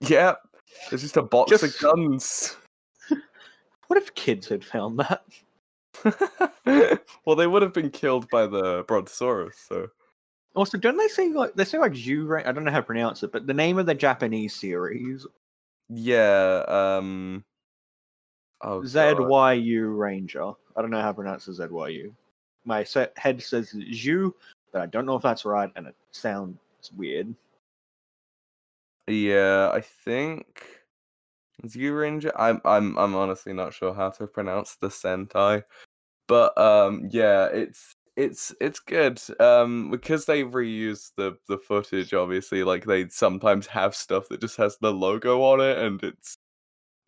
Speaker 2: Yep, it's just a box of
Speaker 1: Just-
Speaker 2: guns.
Speaker 1: What if kids had found that?
Speaker 2: *laughs* well, they would have been killed by the Brontosaurus, so
Speaker 1: Also, don't they say like they say like Jure? I don't know how to pronounce it, but the name of the Japanese series
Speaker 2: Oh, yeah. Um, oh,
Speaker 1: Z
Speaker 2: God.
Speaker 1: Y U Ranger. I don't know how to pronounce the Z Y U. My se- head says Zhu, but I don't know if that's right, and it sounds weird.
Speaker 2: yeah, I think Zoo Ranger. I'm, I'm, I'm honestly not sure how to pronounce the Sentai, but um, yeah, it's. It's it's good um because they reuse the the footage obviously like they sometimes have stuff that just has the logo on it and it's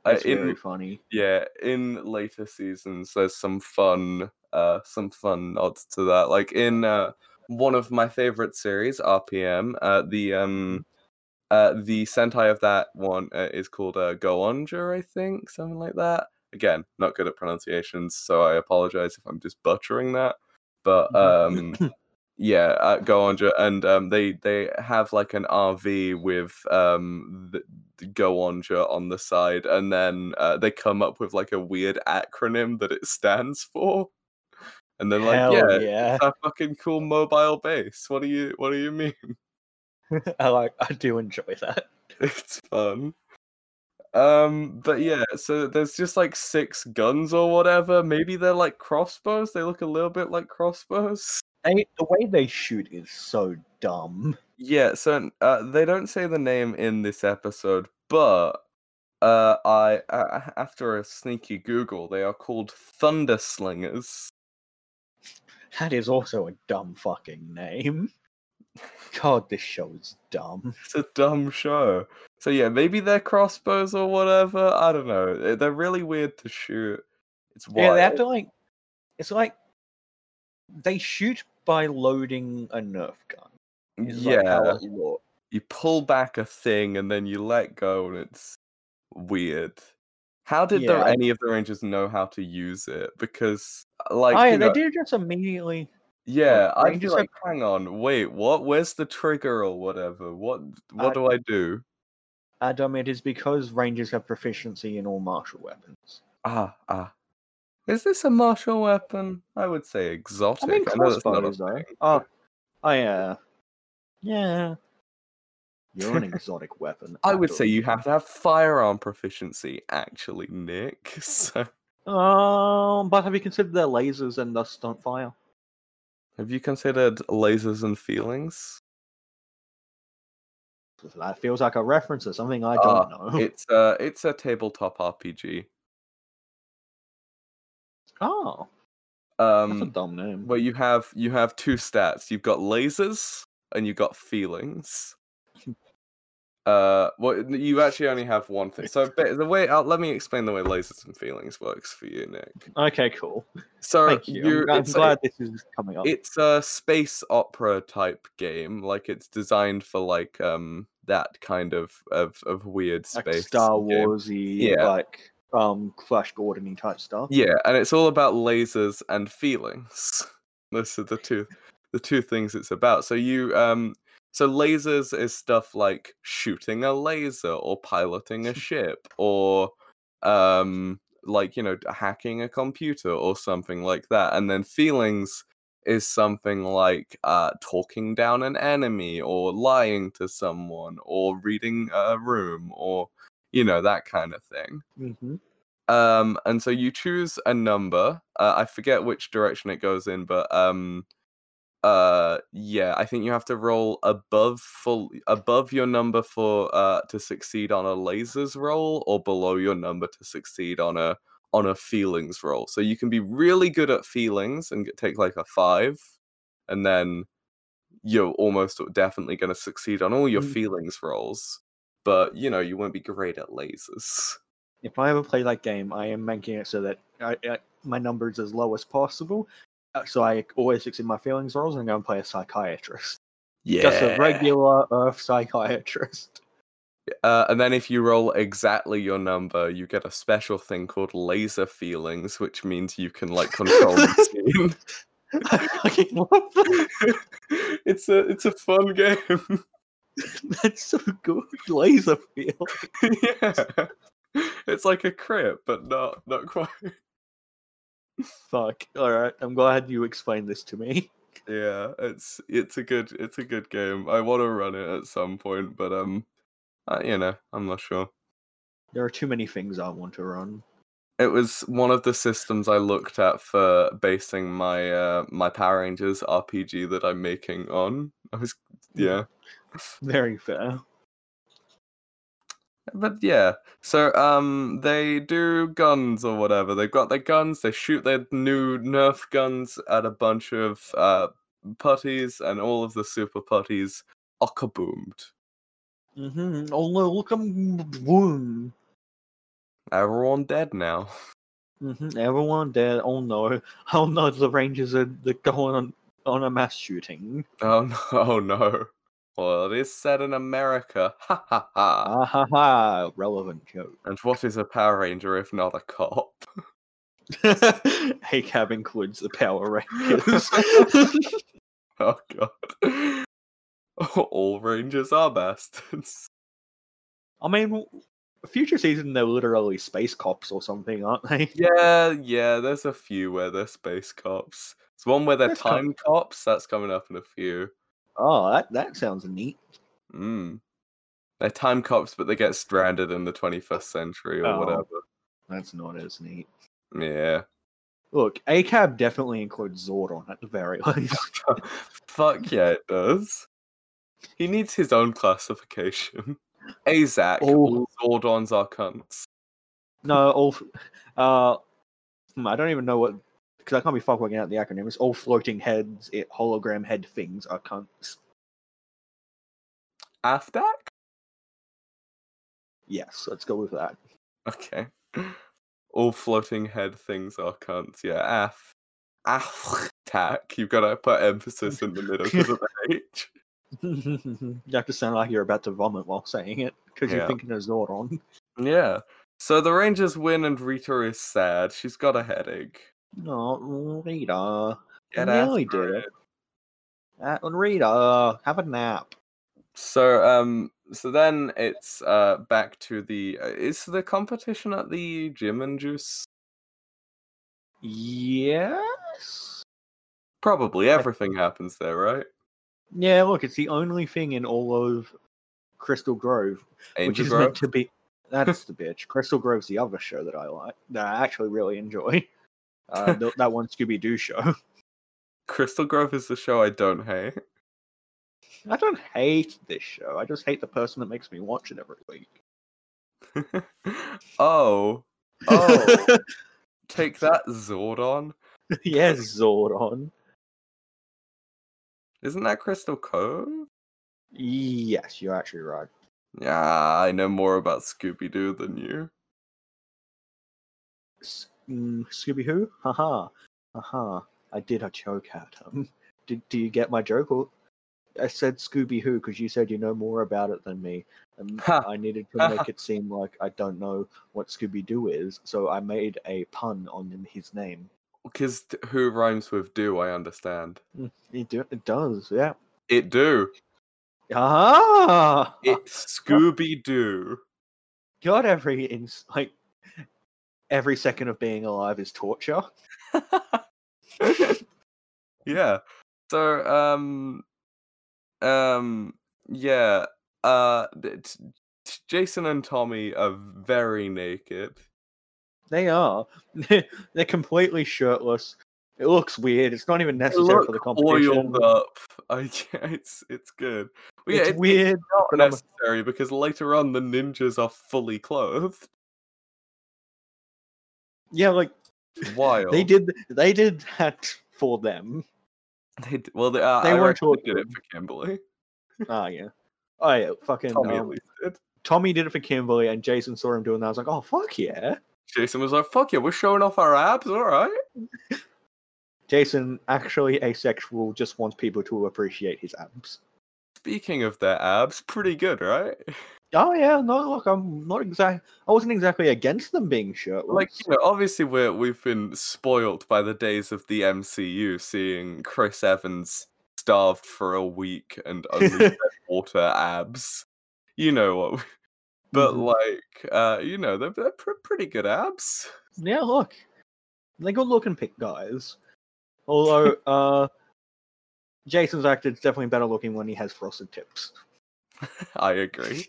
Speaker 2: uh,
Speaker 1: It's
Speaker 2: in-
Speaker 1: very funny.
Speaker 2: yeah in later seasons there's some fun uh some fun nods to that like in uh one of my favorite series rpm uh the um uh the sentai of that one uh, is called uh goonja i think something like that again not good at pronunciations so i apologize if i'm just butchering that but um
Speaker 1: Mhm.
Speaker 2: yeah uh, goonja and um they they have like an rv with um the, the goonja on the side and then uh, they come up with like a weird acronym that it stands for and then like
Speaker 1: Hell
Speaker 2: yeah,
Speaker 1: yeah. *laughs*
Speaker 2: it's our fucking cool mobile base what do you what do you mean *laughs*
Speaker 1: I like. I do enjoy that.
Speaker 2: it's fun um but yeah so there's just like six guns or whatever maybe they're like crossbows they look a little bit like crossbows
Speaker 1: They, the way they shoot is so dumb.
Speaker 2: Yeah, so uh, they don't say the name in this episode, but uh, I uh, after a sneaky Google, they are called Thunder Slingers.
Speaker 1: That is also a dumb fucking name. God, this show is dumb.
Speaker 2: It's a dumb show. So yeah, maybe they're crossbows or whatever. I don't know. They- They're really weird to shoot. It's wild.
Speaker 1: Yeah, they have to like. It's like they shoot by loading a Nerf gun. is, like, how
Speaker 2: Yeah.
Speaker 1: it looks.
Speaker 2: you pull back a thing and then you let go and it's weird how did
Speaker 1: Yeah,
Speaker 2: the,
Speaker 1: I-
Speaker 2: any of the rangers know how to use it because uh, like
Speaker 1: oh, yeah,
Speaker 2: you
Speaker 1: they
Speaker 2: know-
Speaker 1: do just immediately.
Speaker 2: yeah i
Speaker 1: Ranger,
Speaker 2: just like hang on wait what where's the trigger or whatever what what
Speaker 1: I-
Speaker 2: do i do
Speaker 1: Adam, it is because Rangers have proficiency in all martial weapons.
Speaker 2: ah ah is this a martial weapon i would say exotic
Speaker 1: I mean,
Speaker 2: know that's not a
Speaker 1: crossbows though.
Speaker 2: thing. Ah,
Speaker 1: Oh, I uh, yeah. You're
Speaker 2: *laughs*
Speaker 1: an exotic weapon.
Speaker 2: I would say
Speaker 1: Adam.
Speaker 2: you have to have firearm proficiency, actually, Nick. *laughs* So,
Speaker 1: Um, but have you considered their lasers and thus don't fire?
Speaker 2: have you considered lasers and feelings?
Speaker 1: 'Cause That feels like a reference to something I don't
Speaker 2: Uh,
Speaker 1: know.
Speaker 2: it's a it's a tabletop RPG.
Speaker 1: *laughs* oh, that's a
Speaker 2: Um,
Speaker 1: dumb name.
Speaker 2: where you have you have two stats. You've got lasers and you've got feelings. Uh, well, n- you actually only have one thing. So ba- the way out, let me explain the way lasers and feelings works for you, Nick.
Speaker 1: Okay, cool.
Speaker 2: So
Speaker 1: Thank you. I'm
Speaker 2: you're-
Speaker 1: gl- I'm,
Speaker 2: it's a-
Speaker 1: glad this is coming up.
Speaker 2: it's a space opera type game. Like it's designed for like um that kind of of of weird
Speaker 1: like
Speaker 2: space
Speaker 1: Star
Speaker 2: game.
Speaker 1: Warsy,
Speaker 2: Yeah.
Speaker 1: like um Flash Gordony type stuff.
Speaker 2: Yeah, and it's all about lasers and feelings. *laughs* Those are the two the two things it's about. So you um so lasers is stuff like shooting a laser or piloting a ship or um like you know hacking a computer or something like that. And then feelings is something like uh talking down an enemy or lying to someone or reading a room or you know that kind of thing.
Speaker 1: hmm
Speaker 2: Um, and so you choose a number. Uh, I forget which direction it goes in, but um, uh, yeah, I think you have to roll above full above your number for uh to succeed on a lasers roll, or below your number to succeed on a on a feelings roll. So you can be really good at feelings and get, take like a five, and then you're almost definitely going to succeed on all your
Speaker 1: Mm.
Speaker 2: feelings rolls. But you know you won't be great at lasers.
Speaker 1: If I ever play that game, I am making it so that I, I, my number is as low as possible. uh, So I always succeed my feelings rolls and go and play a psychiatrist.
Speaker 2: Yeah,
Speaker 1: Just a regular Earth psychiatrist. *laughs*
Speaker 2: Uh, and then if you roll exactly your number, you get a special thing called laser feelings, which means you can like control the
Speaker 1: I fucking love that. *laughs*
Speaker 2: scene. *laughs* it's a it's a fun game. *laughs*
Speaker 1: That's so good. Laser field.
Speaker 2: yeah. It's like a crit, but not not quite. *laughs*
Speaker 1: Fuck. All right. I'm glad you explained this to me.
Speaker 2: Yeah, it's it's a good it's a good game. I want to run it at some point, but um, I, you know, I'm not sure.
Speaker 1: There are too many things I want to run.
Speaker 2: It was one of the systems I looked at for basing my uh, my Power Rangers RPG that I'm making on. I was yeah,
Speaker 1: Very fair.
Speaker 2: but yeah. So um, they do guns or whatever. They've got their guns. They shoot their new Nerf guns at a bunch of uh, putties, and all of the super putties are kaboomed.
Speaker 1: Mm-hmm. Oh, lo- look, I'm boom.
Speaker 2: Everyone dead now. *laughs*
Speaker 1: Mm-hmm. Everyone dead. Oh no. *laughs* Oh no, the Rangers are they're going on, on a mass shooting.
Speaker 2: Oh no! Oh no! Well, it is said in America. *laughs* Ha ha ha.
Speaker 1: Ah ha ha. Relevant joke. *laughs*
Speaker 2: And what is a Power Ranger if not a cop? *laughs*
Speaker 1: hey, cab includes the Power Rangers. *laughs*
Speaker 2: Oh god. *laughs* All Rangers are bastards.
Speaker 1: I mean, w- future season they're literally space cops or something, aren't they? *laughs*
Speaker 2: Yeah, yeah, there's a few where they're space cops. There's one where they're
Speaker 1: That's kind
Speaker 2: time
Speaker 1: of-
Speaker 2: cops, that's coming up in a few.
Speaker 1: Oh, that that sounds neat.
Speaker 2: Mm. They're time cops, but they get
Speaker 1: *laughs*
Speaker 2: stranded in the 21st century or
Speaker 1: Oh.
Speaker 2: whatever.
Speaker 1: That's not as neat.
Speaker 2: Yeah. *laughs*
Speaker 1: Look, ACAB definitely includes Zordon at the very *laughs* least.
Speaker 2: Fuck yeah, it does. He needs his own classification. *laughs* Azak,
Speaker 1: Oh.
Speaker 2: all Zordons are cunts.
Speaker 1: no, all. Uh, hmm, I don't even know what because I can't be fuck working out the acronym. It's all floating heads, it, hologram head things are cunts.
Speaker 2: Afdak?
Speaker 1: Yes, let's go
Speaker 2: *laughs*
Speaker 1: with that.
Speaker 2: Okay. All floating head things are cunts. Yeah, af. Aftak. You've got to put emphasis in the middle because of the H.
Speaker 1: you have to sound like you're about to vomit while saying it because
Speaker 2: Yeah.
Speaker 1: you're thinking of Zordon.
Speaker 2: Yeah. So the Rangers win and Rita is sad. She's got a headache.
Speaker 1: No, Rita.
Speaker 2: Get
Speaker 1: Nearly
Speaker 2: after
Speaker 1: did it. Uh, Rita, have a nap.
Speaker 2: So um so then it's uh back to the uh, is the competition at the gym and juice
Speaker 1: Yes.
Speaker 2: probably everything happens there right
Speaker 1: Yeah, look, it's the only thing in all of Crystal Grove, which
Speaker 2: Angel
Speaker 1: is
Speaker 2: Grove?
Speaker 1: meant to be.
Speaker 2: *laughs*
Speaker 1: That's the bitch. Crystal Grove's the other show that I like, that I actually
Speaker 2: *laughs*
Speaker 1: really enjoy. Uh, th- that one Scooby Doo show. *laughs*
Speaker 2: Crystal Grove is the show I don't hate
Speaker 1: I don't hate this show. I just hate the person that makes me watch it every week.
Speaker 2: oh
Speaker 1: *laughs*
Speaker 2: oh take that Zordon
Speaker 1: yes, Zordon.
Speaker 2: isn't that Crystal Cove
Speaker 1: Yes, you're actually right.
Speaker 2: yeah I know more about Scooby Doo than you
Speaker 1: S- mm, Scooby Who? Haha. Haha. I did a joke at him. *laughs* Did, do you get my joke? Or... I said Scooby Who because you said you know more about it than me. And
Speaker 2: Ha.
Speaker 1: I needed to make it seem like I don't know what Scooby Doo is, so I made a pun on him- his name.
Speaker 2: because who rhymes with do I understand
Speaker 1: It, do- it does, yeah.
Speaker 2: it do
Speaker 1: Ah!
Speaker 2: it's Scooby Doo
Speaker 1: God, every ins- like every second of being alive is torture.
Speaker 2: yeah. So um um yeah uh d- t- t- Jason and Tommy are very naked.
Speaker 1: They are. *laughs* They're completely shirtless. It looks weird. It's not even necessary for the competition.
Speaker 2: oiled up. *laughs* I, yeah, it's it's good. Well, yeah,
Speaker 1: it's
Speaker 2: it's
Speaker 1: weird.
Speaker 2: not
Speaker 1: but I'm a-
Speaker 2: necessary because later on the ninjas are fully clothed.
Speaker 1: Yeah, like
Speaker 2: Wild.
Speaker 1: they did. They did that for them.
Speaker 2: They d- well, they, uh,
Speaker 1: they
Speaker 2: I
Speaker 1: were
Speaker 2: reckon they did it
Speaker 1: tortured.
Speaker 2: for Kimberly.
Speaker 1: Ah, yeah. Oh yeah, fucking
Speaker 2: Tommy
Speaker 1: Tommy,
Speaker 2: at least did.
Speaker 1: Tommy did it for Kimberly, and Jason saw him doing that. I was like, oh fuck yeah.
Speaker 2: Jason was like, "Fuck yeah, we're showing off our abs, all right."
Speaker 1: Jason, actually asexual, just wants people to appreciate his abs.
Speaker 2: Speaking of their abs, pretty good, right?
Speaker 1: Oh yeah, no, look, I'm not exact. I wasn't exactly against them being shirtless.
Speaker 2: Like you know, obviously we're we've been spoiled by the days of the MCU, seeing Chris Evans starved for a week and
Speaker 1: *laughs*
Speaker 2: only fed water abs. You know what? we- But
Speaker 1: Mhm.
Speaker 2: like, uh, you know, they're they're pr- pretty good abs.
Speaker 1: Yeah, look. They're good looking pick guys. *laughs* Although uh Jason's actor's definitely better looking when he has frosted tips. *laughs*
Speaker 2: I agree.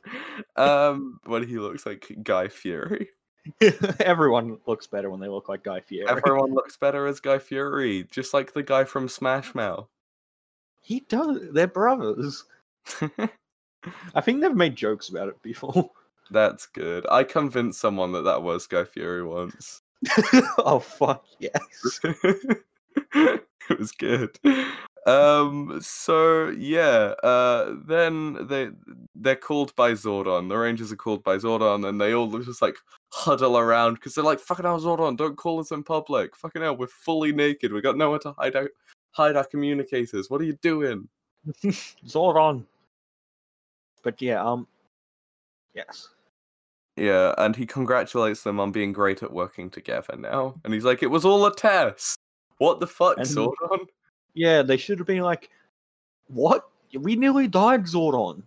Speaker 2: um, when he looks like Guy Fury, *laughs*
Speaker 1: Everyone looks better when they look like Guy Fieri.
Speaker 2: everyone looks better as Guy Fury, just like the guy from Smash Mouth. *laughs*
Speaker 1: He does they're brothers. I think they've made jokes about it *laughs* before.
Speaker 2: That's good. I convinced someone that that was Guy Fury once.
Speaker 1: oh fuck yes.
Speaker 2: *laughs* it was good. Um. So yeah. Uh. Then they they're called by Zordon. The Rangers are called by Zordon, and they all just like huddle around because they're like, "Fucking hell, Zordon! Don't call us in public. Fucking hell, we're fully naked. We got nowhere to hide out." Hide our communicators. What are you doing?
Speaker 1: Zordon. But yeah, um Yes.
Speaker 2: Yeah, and he congratulates them on being great at working together now. And he's like, "It was all a test. What the fuck,
Speaker 1: And-
Speaker 2: Zordon?
Speaker 1: Yeah, they should have been like What? We nearly died, Zordon.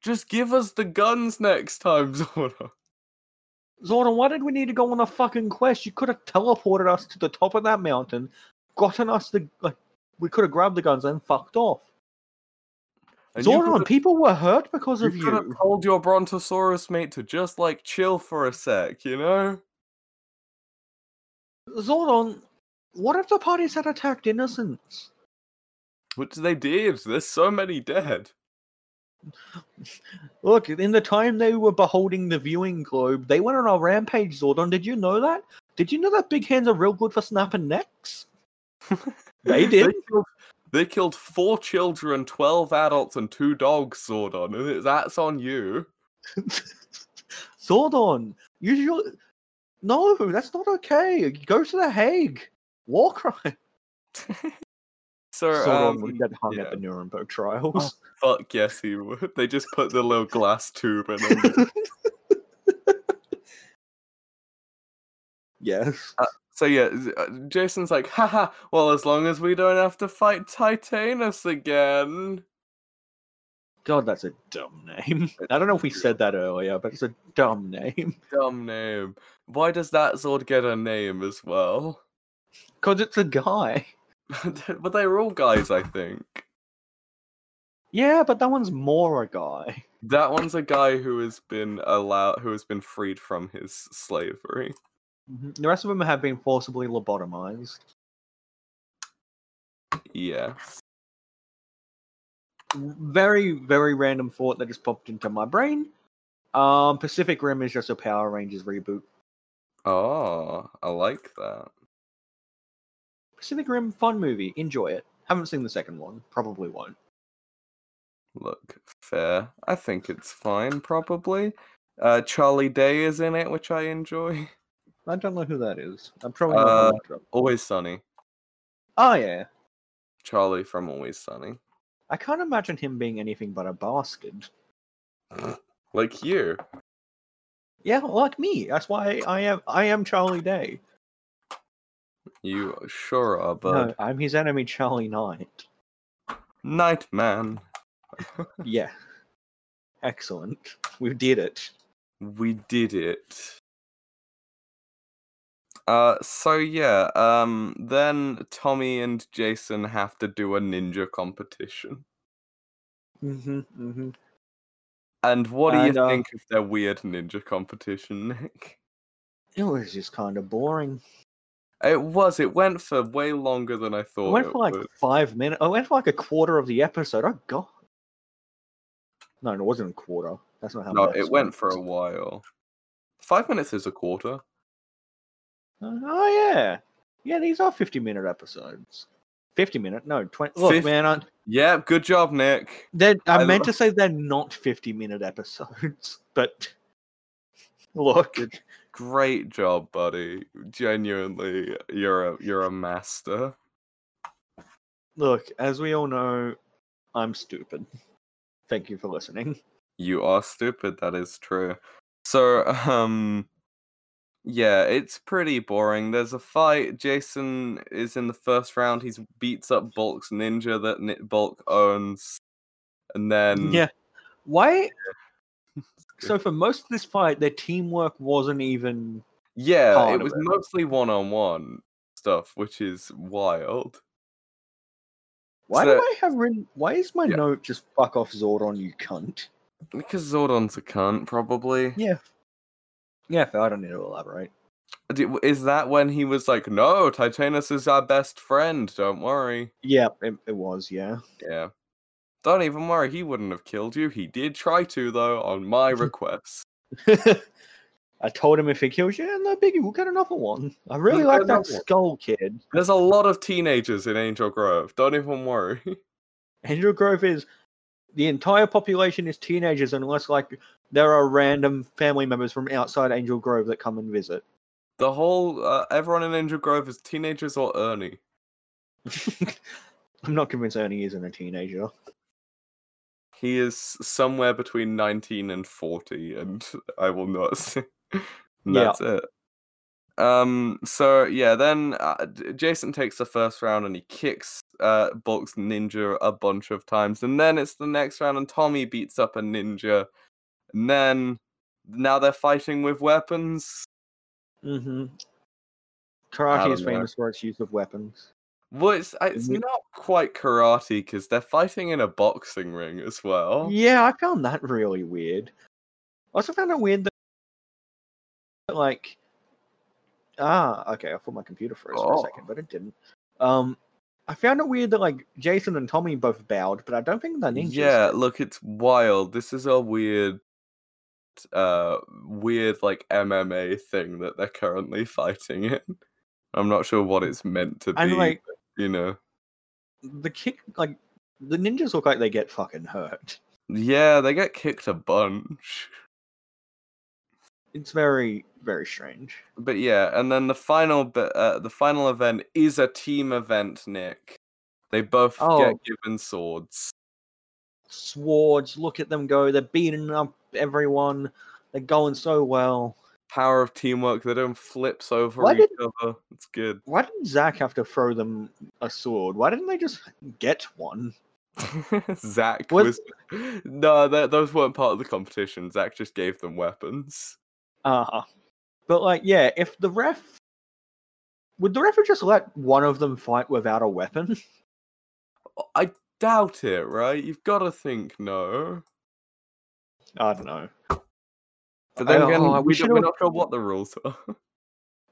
Speaker 2: Just give us the guns next time, *laughs* Zordon."
Speaker 1: Zordon, why did we need to go on a fucking quest? You could have teleported us to the top of that mountain, gotten us the like, we could have grabbed the guns and fucked off.
Speaker 2: And you
Speaker 1: Zordon,
Speaker 2: could've-
Speaker 1: people were hurt because
Speaker 2: you
Speaker 1: of
Speaker 2: could have
Speaker 1: you.
Speaker 2: told your Brontosaurus mate to just like chill for a sec, you know?
Speaker 1: Zordon, What if the parties had attacked innocents?
Speaker 2: Which they did. There's so many dead.
Speaker 1: Look, in the time they were beholding the viewing globe, they went on a rampage, Zordon. Did you know that? Did you know that big hands are real good for
Speaker 2: *laughs*
Speaker 1: snapping necks? They
Speaker 2: They
Speaker 1: did.
Speaker 2: killed, they killed four children, twelve adults, and two dogs. Sordon, and it- that's on you.
Speaker 1: Zordon, usually. No, that's not okay. Go to The Hague. War crime.
Speaker 2: So,
Speaker 1: Zordon would
Speaker 2: um,
Speaker 1: get hung
Speaker 2: yeah.
Speaker 1: at the Nuremberg trials.
Speaker 2: fuck yes, he would. They just put the little glass tube in him.
Speaker 1: *laughs* *laughs* Yes.
Speaker 2: So yeah, z- uh, Jason's like, haha, well, as long as we don't have to fight Titanus again.
Speaker 1: God, that's a dumb *laughs* name. I don't know if we said that earlier, but it's a dumb name. *laughs*
Speaker 2: Dumb name. Why does that Zord get a name as well?
Speaker 1: Because it's a guy.
Speaker 2: *laughs* but they were all guys, I think.
Speaker 1: Yeah, but that one's more a guy.
Speaker 2: That one's a guy who has been allowed, who has been freed from his slavery.
Speaker 1: Mhm. The rest of them have been forcibly lobotomized.
Speaker 2: Yeah.
Speaker 1: Very, very random thought that just popped into my brain. Um, Pacific Rim is just a Power Rangers reboot.
Speaker 2: Oh, I like that.
Speaker 1: Pacific Rim, fun movie. Enjoy it. Haven't seen the second one. Probably won't.
Speaker 2: Look, fair. I think it's fine, probably. Uh, Charlie Day is in it, which I enjoy. *laughs*
Speaker 1: I don't know who that is. I'm probably not
Speaker 2: Uh,
Speaker 1: gonna look it up.
Speaker 2: Always Sunny.
Speaker 1: Oh yeah.
Speaker 2: Charlie from Always Sunny.
Speaker 1: I can't imagine him being anything but a bastard.
Speaker 2: Like you.
Speaker 1: Yeah, like me. That's why I am. I am Charlie Day.
Speaker 2: You sure are, bud.
Speaker 1: No, I'm his enemy, Charlie Knight.
Speaker 2: Nightman.
Speaker 1: Yeah. Excellent. We did it.
Speaker 2: We did it. Uh, so yeah, um, then Tommy and Jason have to do a ninja competition.
Speaker 1: Mm-hmm. Mm-hmm.
Speaker 2: And what do
Speaker 1: And,
Speaker 2: you
Speaker 1: uh,
Speaker 2: think of their weird ninja competition, Nick?
Speaker 1: It was just kind of boring.
Speaker 2: It was. It went for way longer than I thought.
Speaker 1: I went
Speaker 2: it
Speaker 1: for like
Speaker 2: would.
Speaker 1: five minutes. I went for like a quarter of the episode. Oh god. No, it wasn't a quarter. That's not how.
Speaker 2: No,
Speaker 1: maths
Speaker 2: it went for
Speaker 1: works.
Speaker 2: a while. Five minutes is a quarter.
Speaker 1: Uh, Oh yeah, yeah. These are fifty-minute episodes. Fifty-minute? No, twenty. Look,
Speaker 2: Fif-
Speaker 1: man, I,
Speaker 2: Yeah, good job, Nick.
Speaker 1: they're, I,
Speaker 2: I
Speaker 1: meant
Speaker 2: lo-
Speaker 1: to say they're not fifty-minute episodes, *laughs* but look,
Speaker 2: Great job, buddy. Genuinely, you're a you're a master.
Speaker 1: look. As we all know, I'm stupid. Thank you for listening.
Speaker 2: You are stupid, that is true. So, *laughs* um yeah, it's pretty boring. There's a fight. Jason is in the first round. He's beats up Bulk's ninja that Ni- Bulk owns. And then
Speaker 1: yeah. Why?
Speaker 2: good.
Speaker 1: *laughs* So for most of this fight, their teamwork wasn't even
Speaker 2: yeah,
Speaker 1: Part
Speaker 2: it
Speaker 1: of
Speaker 2: was
Speaker 1: it.
Speaker 2: mostly one-on-one stuff, which is wild.
Speaker 1: Why do
Speaker 2: So-
Speaker 1: I have written? Why is my
Speaker 2: Yeah.
Speaker 1: note just fuck off Zordon, you cunt?
Speaker 2: Because Zordon's a cunt, probably.
Speaker 1: Yeah. Yeah, fair, I don't need to elaborate.
Speaker 2: D- w- Is that when he was like, "No, Titanus is our best friend. Don't worry."
Speaker 1: Yeah, it, it was, yeah. *laughs*
Speaker 2: Yeah. Don't even worry, he wouldn't have killed you. He did try to, though, on my request.
Speaker 1: I told him if he kills you, no biggie, we'll get another one. I really
Speaker 2: get
Speaker 1: like that
Speaker 2: another one.
Speaker 1: skull kid.
Speaker 2: There's a lot of teenagers in Angel Grove. Don't even worry. *laughs*
Speaker 1: Angel Grove is the entire population is teenagers unless like there are random family members from outside Angel Grove that come and visit. *laughs*
Speaker 2: The whole uh, everyone in Angel Grove is teenagers or Ernie.
Speaker 1: I'm not convinced Ernie isn't a teenager.
Speaker 2: He is somewhere between 19 and 40, and I will not *laughs* say. And
Speaker 1: Yeah.
Speaker 2: That's it. Um. So yeah, then uh, J- Jason takes the first round and he kicks uh Bulk's ninja a bunch of times, and then it's the next round and Tommy beats up a ninja, and then now they're fighting with weapons.
Speaker 1: Mm-hmm.
Speaker 2: I
Speaker 1: Karate
Speaker 2: don't
Speaker 1: is
Speaker 2: know.
Speaker 1: famous for its use of weapons.
Speaker 2: Well, it's uh, it's
Speaker 1: Mhm.
Speaker 2: not quite karate because they're fighting in a boxing ring as well.
Speaker 1: Yeah, I found that really weird. I also found it weird that, like, Ah, okay. I thought my computer froze for
Speaker 2: Oh.
Speaker 1: a second, but it didn't. Um, I found it weird that like Jason and Tommy both bowed, but I don't think they're ninjas.
Speaker 2: Yeah, look, it's wild. This is a weird, uh, weird like MMA thing that they're currently *laughs* fighting in. I'm not sure what it's meant to
Speaker 1: and
Speaker 2: be.
Speaker 1: like
Speaker 2: you know,
Speaker 1: the kick, like the ninjas look like they get fucking hurt.
Speaker 2: yeah, they get kicked a bunch.
Speaker 1: It's very very strange.
Speaker 2: But yeah, and then the final bit, uh, the final event is a team event. Nick, they both get
Speaker 1: Oh.
Speaker 2: given swords.
Speaker 1: Swords, look at them go. They're beating up everyone. They're going so well.
Speaker 2: Power of teamwork. They don't flips over
Speaker 1: Why
Speaker 2: each
Speaker 1: did-
Speaker 2: other. It's good.
Speaker 1: Why did Zach have to throw them a sword? Why didn't they just get one?
Speaker 2: *laughs* Zach
Speaker 1: What-
Speaker 2: was no, tha- those weren't part of the competition. Zach just gave them weapons.
Speaker 1: Uh But like, yeah, if the ref would the ref have just let one of them fight without a weapon? *laughs*
Speaker 2: I doubt it, right? You've got to think no.
Speaker 1: I don't know.
Speaker 2: But then
Speaker 1: Oh,
Speaker 2: again,
Speaker 1: I
Speaker 2: we
Speaker 1: wish
Speaker 2: don't,
Speaker 1: it
Speaker 2: we're
Speaker 1: would-
Speaker 2: not sure what the rules *laughs* are.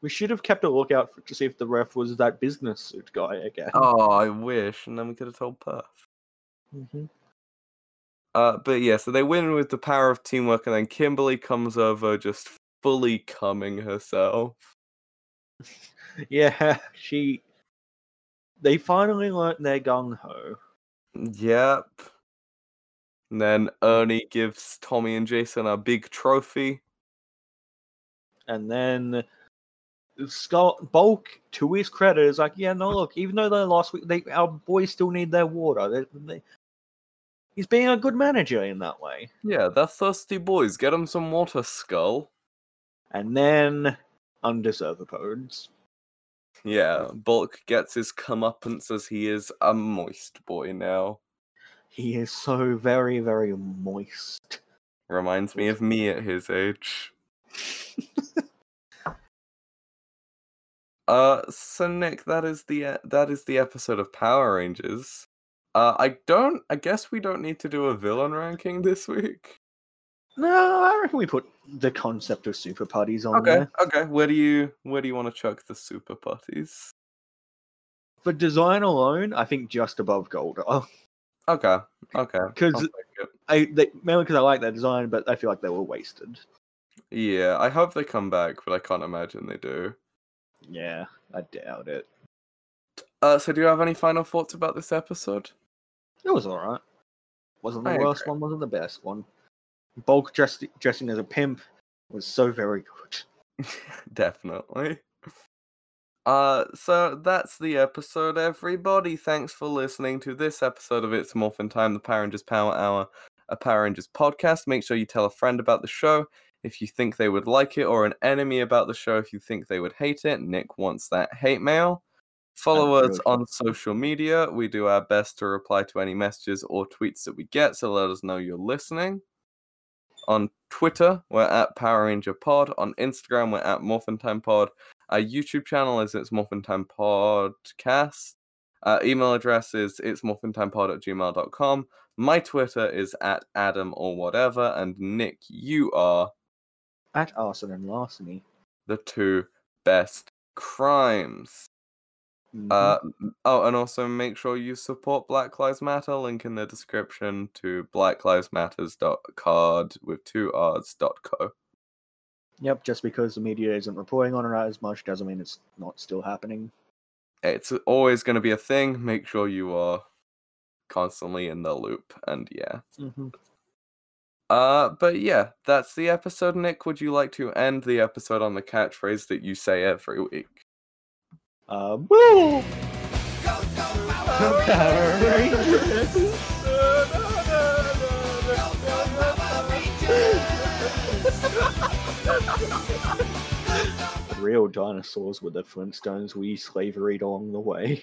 Speaker 1: We should have kept a lookout for, to see if the ref was that business suit guy again.
Speaker 2: oh, I wish, and then we could have told Perth.
Speaker 1: Mhm.
Speaker 2: Uh, but yeah, so they win with the power of teamwork, and then Kimberly comes over just fully coming herself.
Speaker 1: Yeah, *laughs* she. They finally learnt their gung ho.
Speaker 2: Yep. And then Ernie gives Tommy and Jason a big trophy.
Speaker 1: And then Skull Bulk, to his credit, is like, yeah, no, look, even though they lost, we- they our boys still need their water. They, they, he's being a good manager in that way.
Speaker 2: Yeah, they're thirsty boys. Get them some water, Skull.
Speaker 1: And then undeserved podes.
Speaker 2: Yeah, Bulk gets his comeuppance as he is a moist boy now.
Speaker 1: He is so very, very moist.
Speaker 2: Reminds me of me at his age. Uh, so Nick, that is the e- that is the episode of Power Rangers. Uh, I don't. I guess we don't need to do a villain ranking this week.
Speaker 1: no, I reckon we put the concept of super putties on
Speaker 2: Okay,
Speaker 1: there.
Speaker 2: okay. Where do you where do you want to chuck the super putties?
Speaker 1: For design alone, I think just above gold. Oh,
Speaker 2: Okay, okay. I'll
Speaker 1: Because
Speaker 2: take it.
Speaker 1: I they, mainly because I like their design, but I feel like they were wasted.
Speaker 2: yeah, I hope they come back, but I can't imagine they do.
Speaker 1: Yeah, I doubt it.
Speaker 2: Uh, so do you have any final thoughts about this episode?
Speaker 1: It was all right. Wasn't the
Speaker 2: I
Speaker 1: worst one. Wasn't the best one. Bulk dressed, dressing as a pimp was so very good.
Speaker 2: *laughs* Definitely. Uh, so that's the episode, everybody. Thanks for listening to this episode of It's Morphin Time, the Power Rangers Power Hour, a Power Rangers podcast. Make sure you tell a friend about the show if you think they would like it, or an enemy about the show if you think they would hate it. Nick wants that hate mail. Follow us
Speaker 1: really
Speaker 2: on social media. We do our best to reply to any messages or tweets that we get, so let us know you're listening on Twitter, we're at Power Ranger Pod. On Instagram, we're at Morphin Time Pod. Our YouTube channel is It's Morphin Time Podcast. Our email address is It's Morphin Time Pod at gmail.com. My Twitter is at Adam or whatever. And Nick, you are
Speaker 1: At arson and larceny.
Speaker 2: the two best crimes.
Speaker 1: Mhm.
Speaker 2: Uh, m- oh, and also make sure you support Black Lives Matter. Link in the description to blacklivesmatters.card with two R's dot co.
Speaker 1: yep. Just because the media isn't reporting on it as much doesn't mean it's not still happening.
Speaker 2: it's always going to be a thing. Make sure you are constantly in the loop. And yeah.
Speaker 1: Mm-hmm.
Speaker 2: Uh, but yeah, that's the episode, Nick. Would you like to end the episode on the catchphrase that you say every week?
Speaker 1: Uh, woo! Real dinosaurs were the Flintstones we slavoried along the way.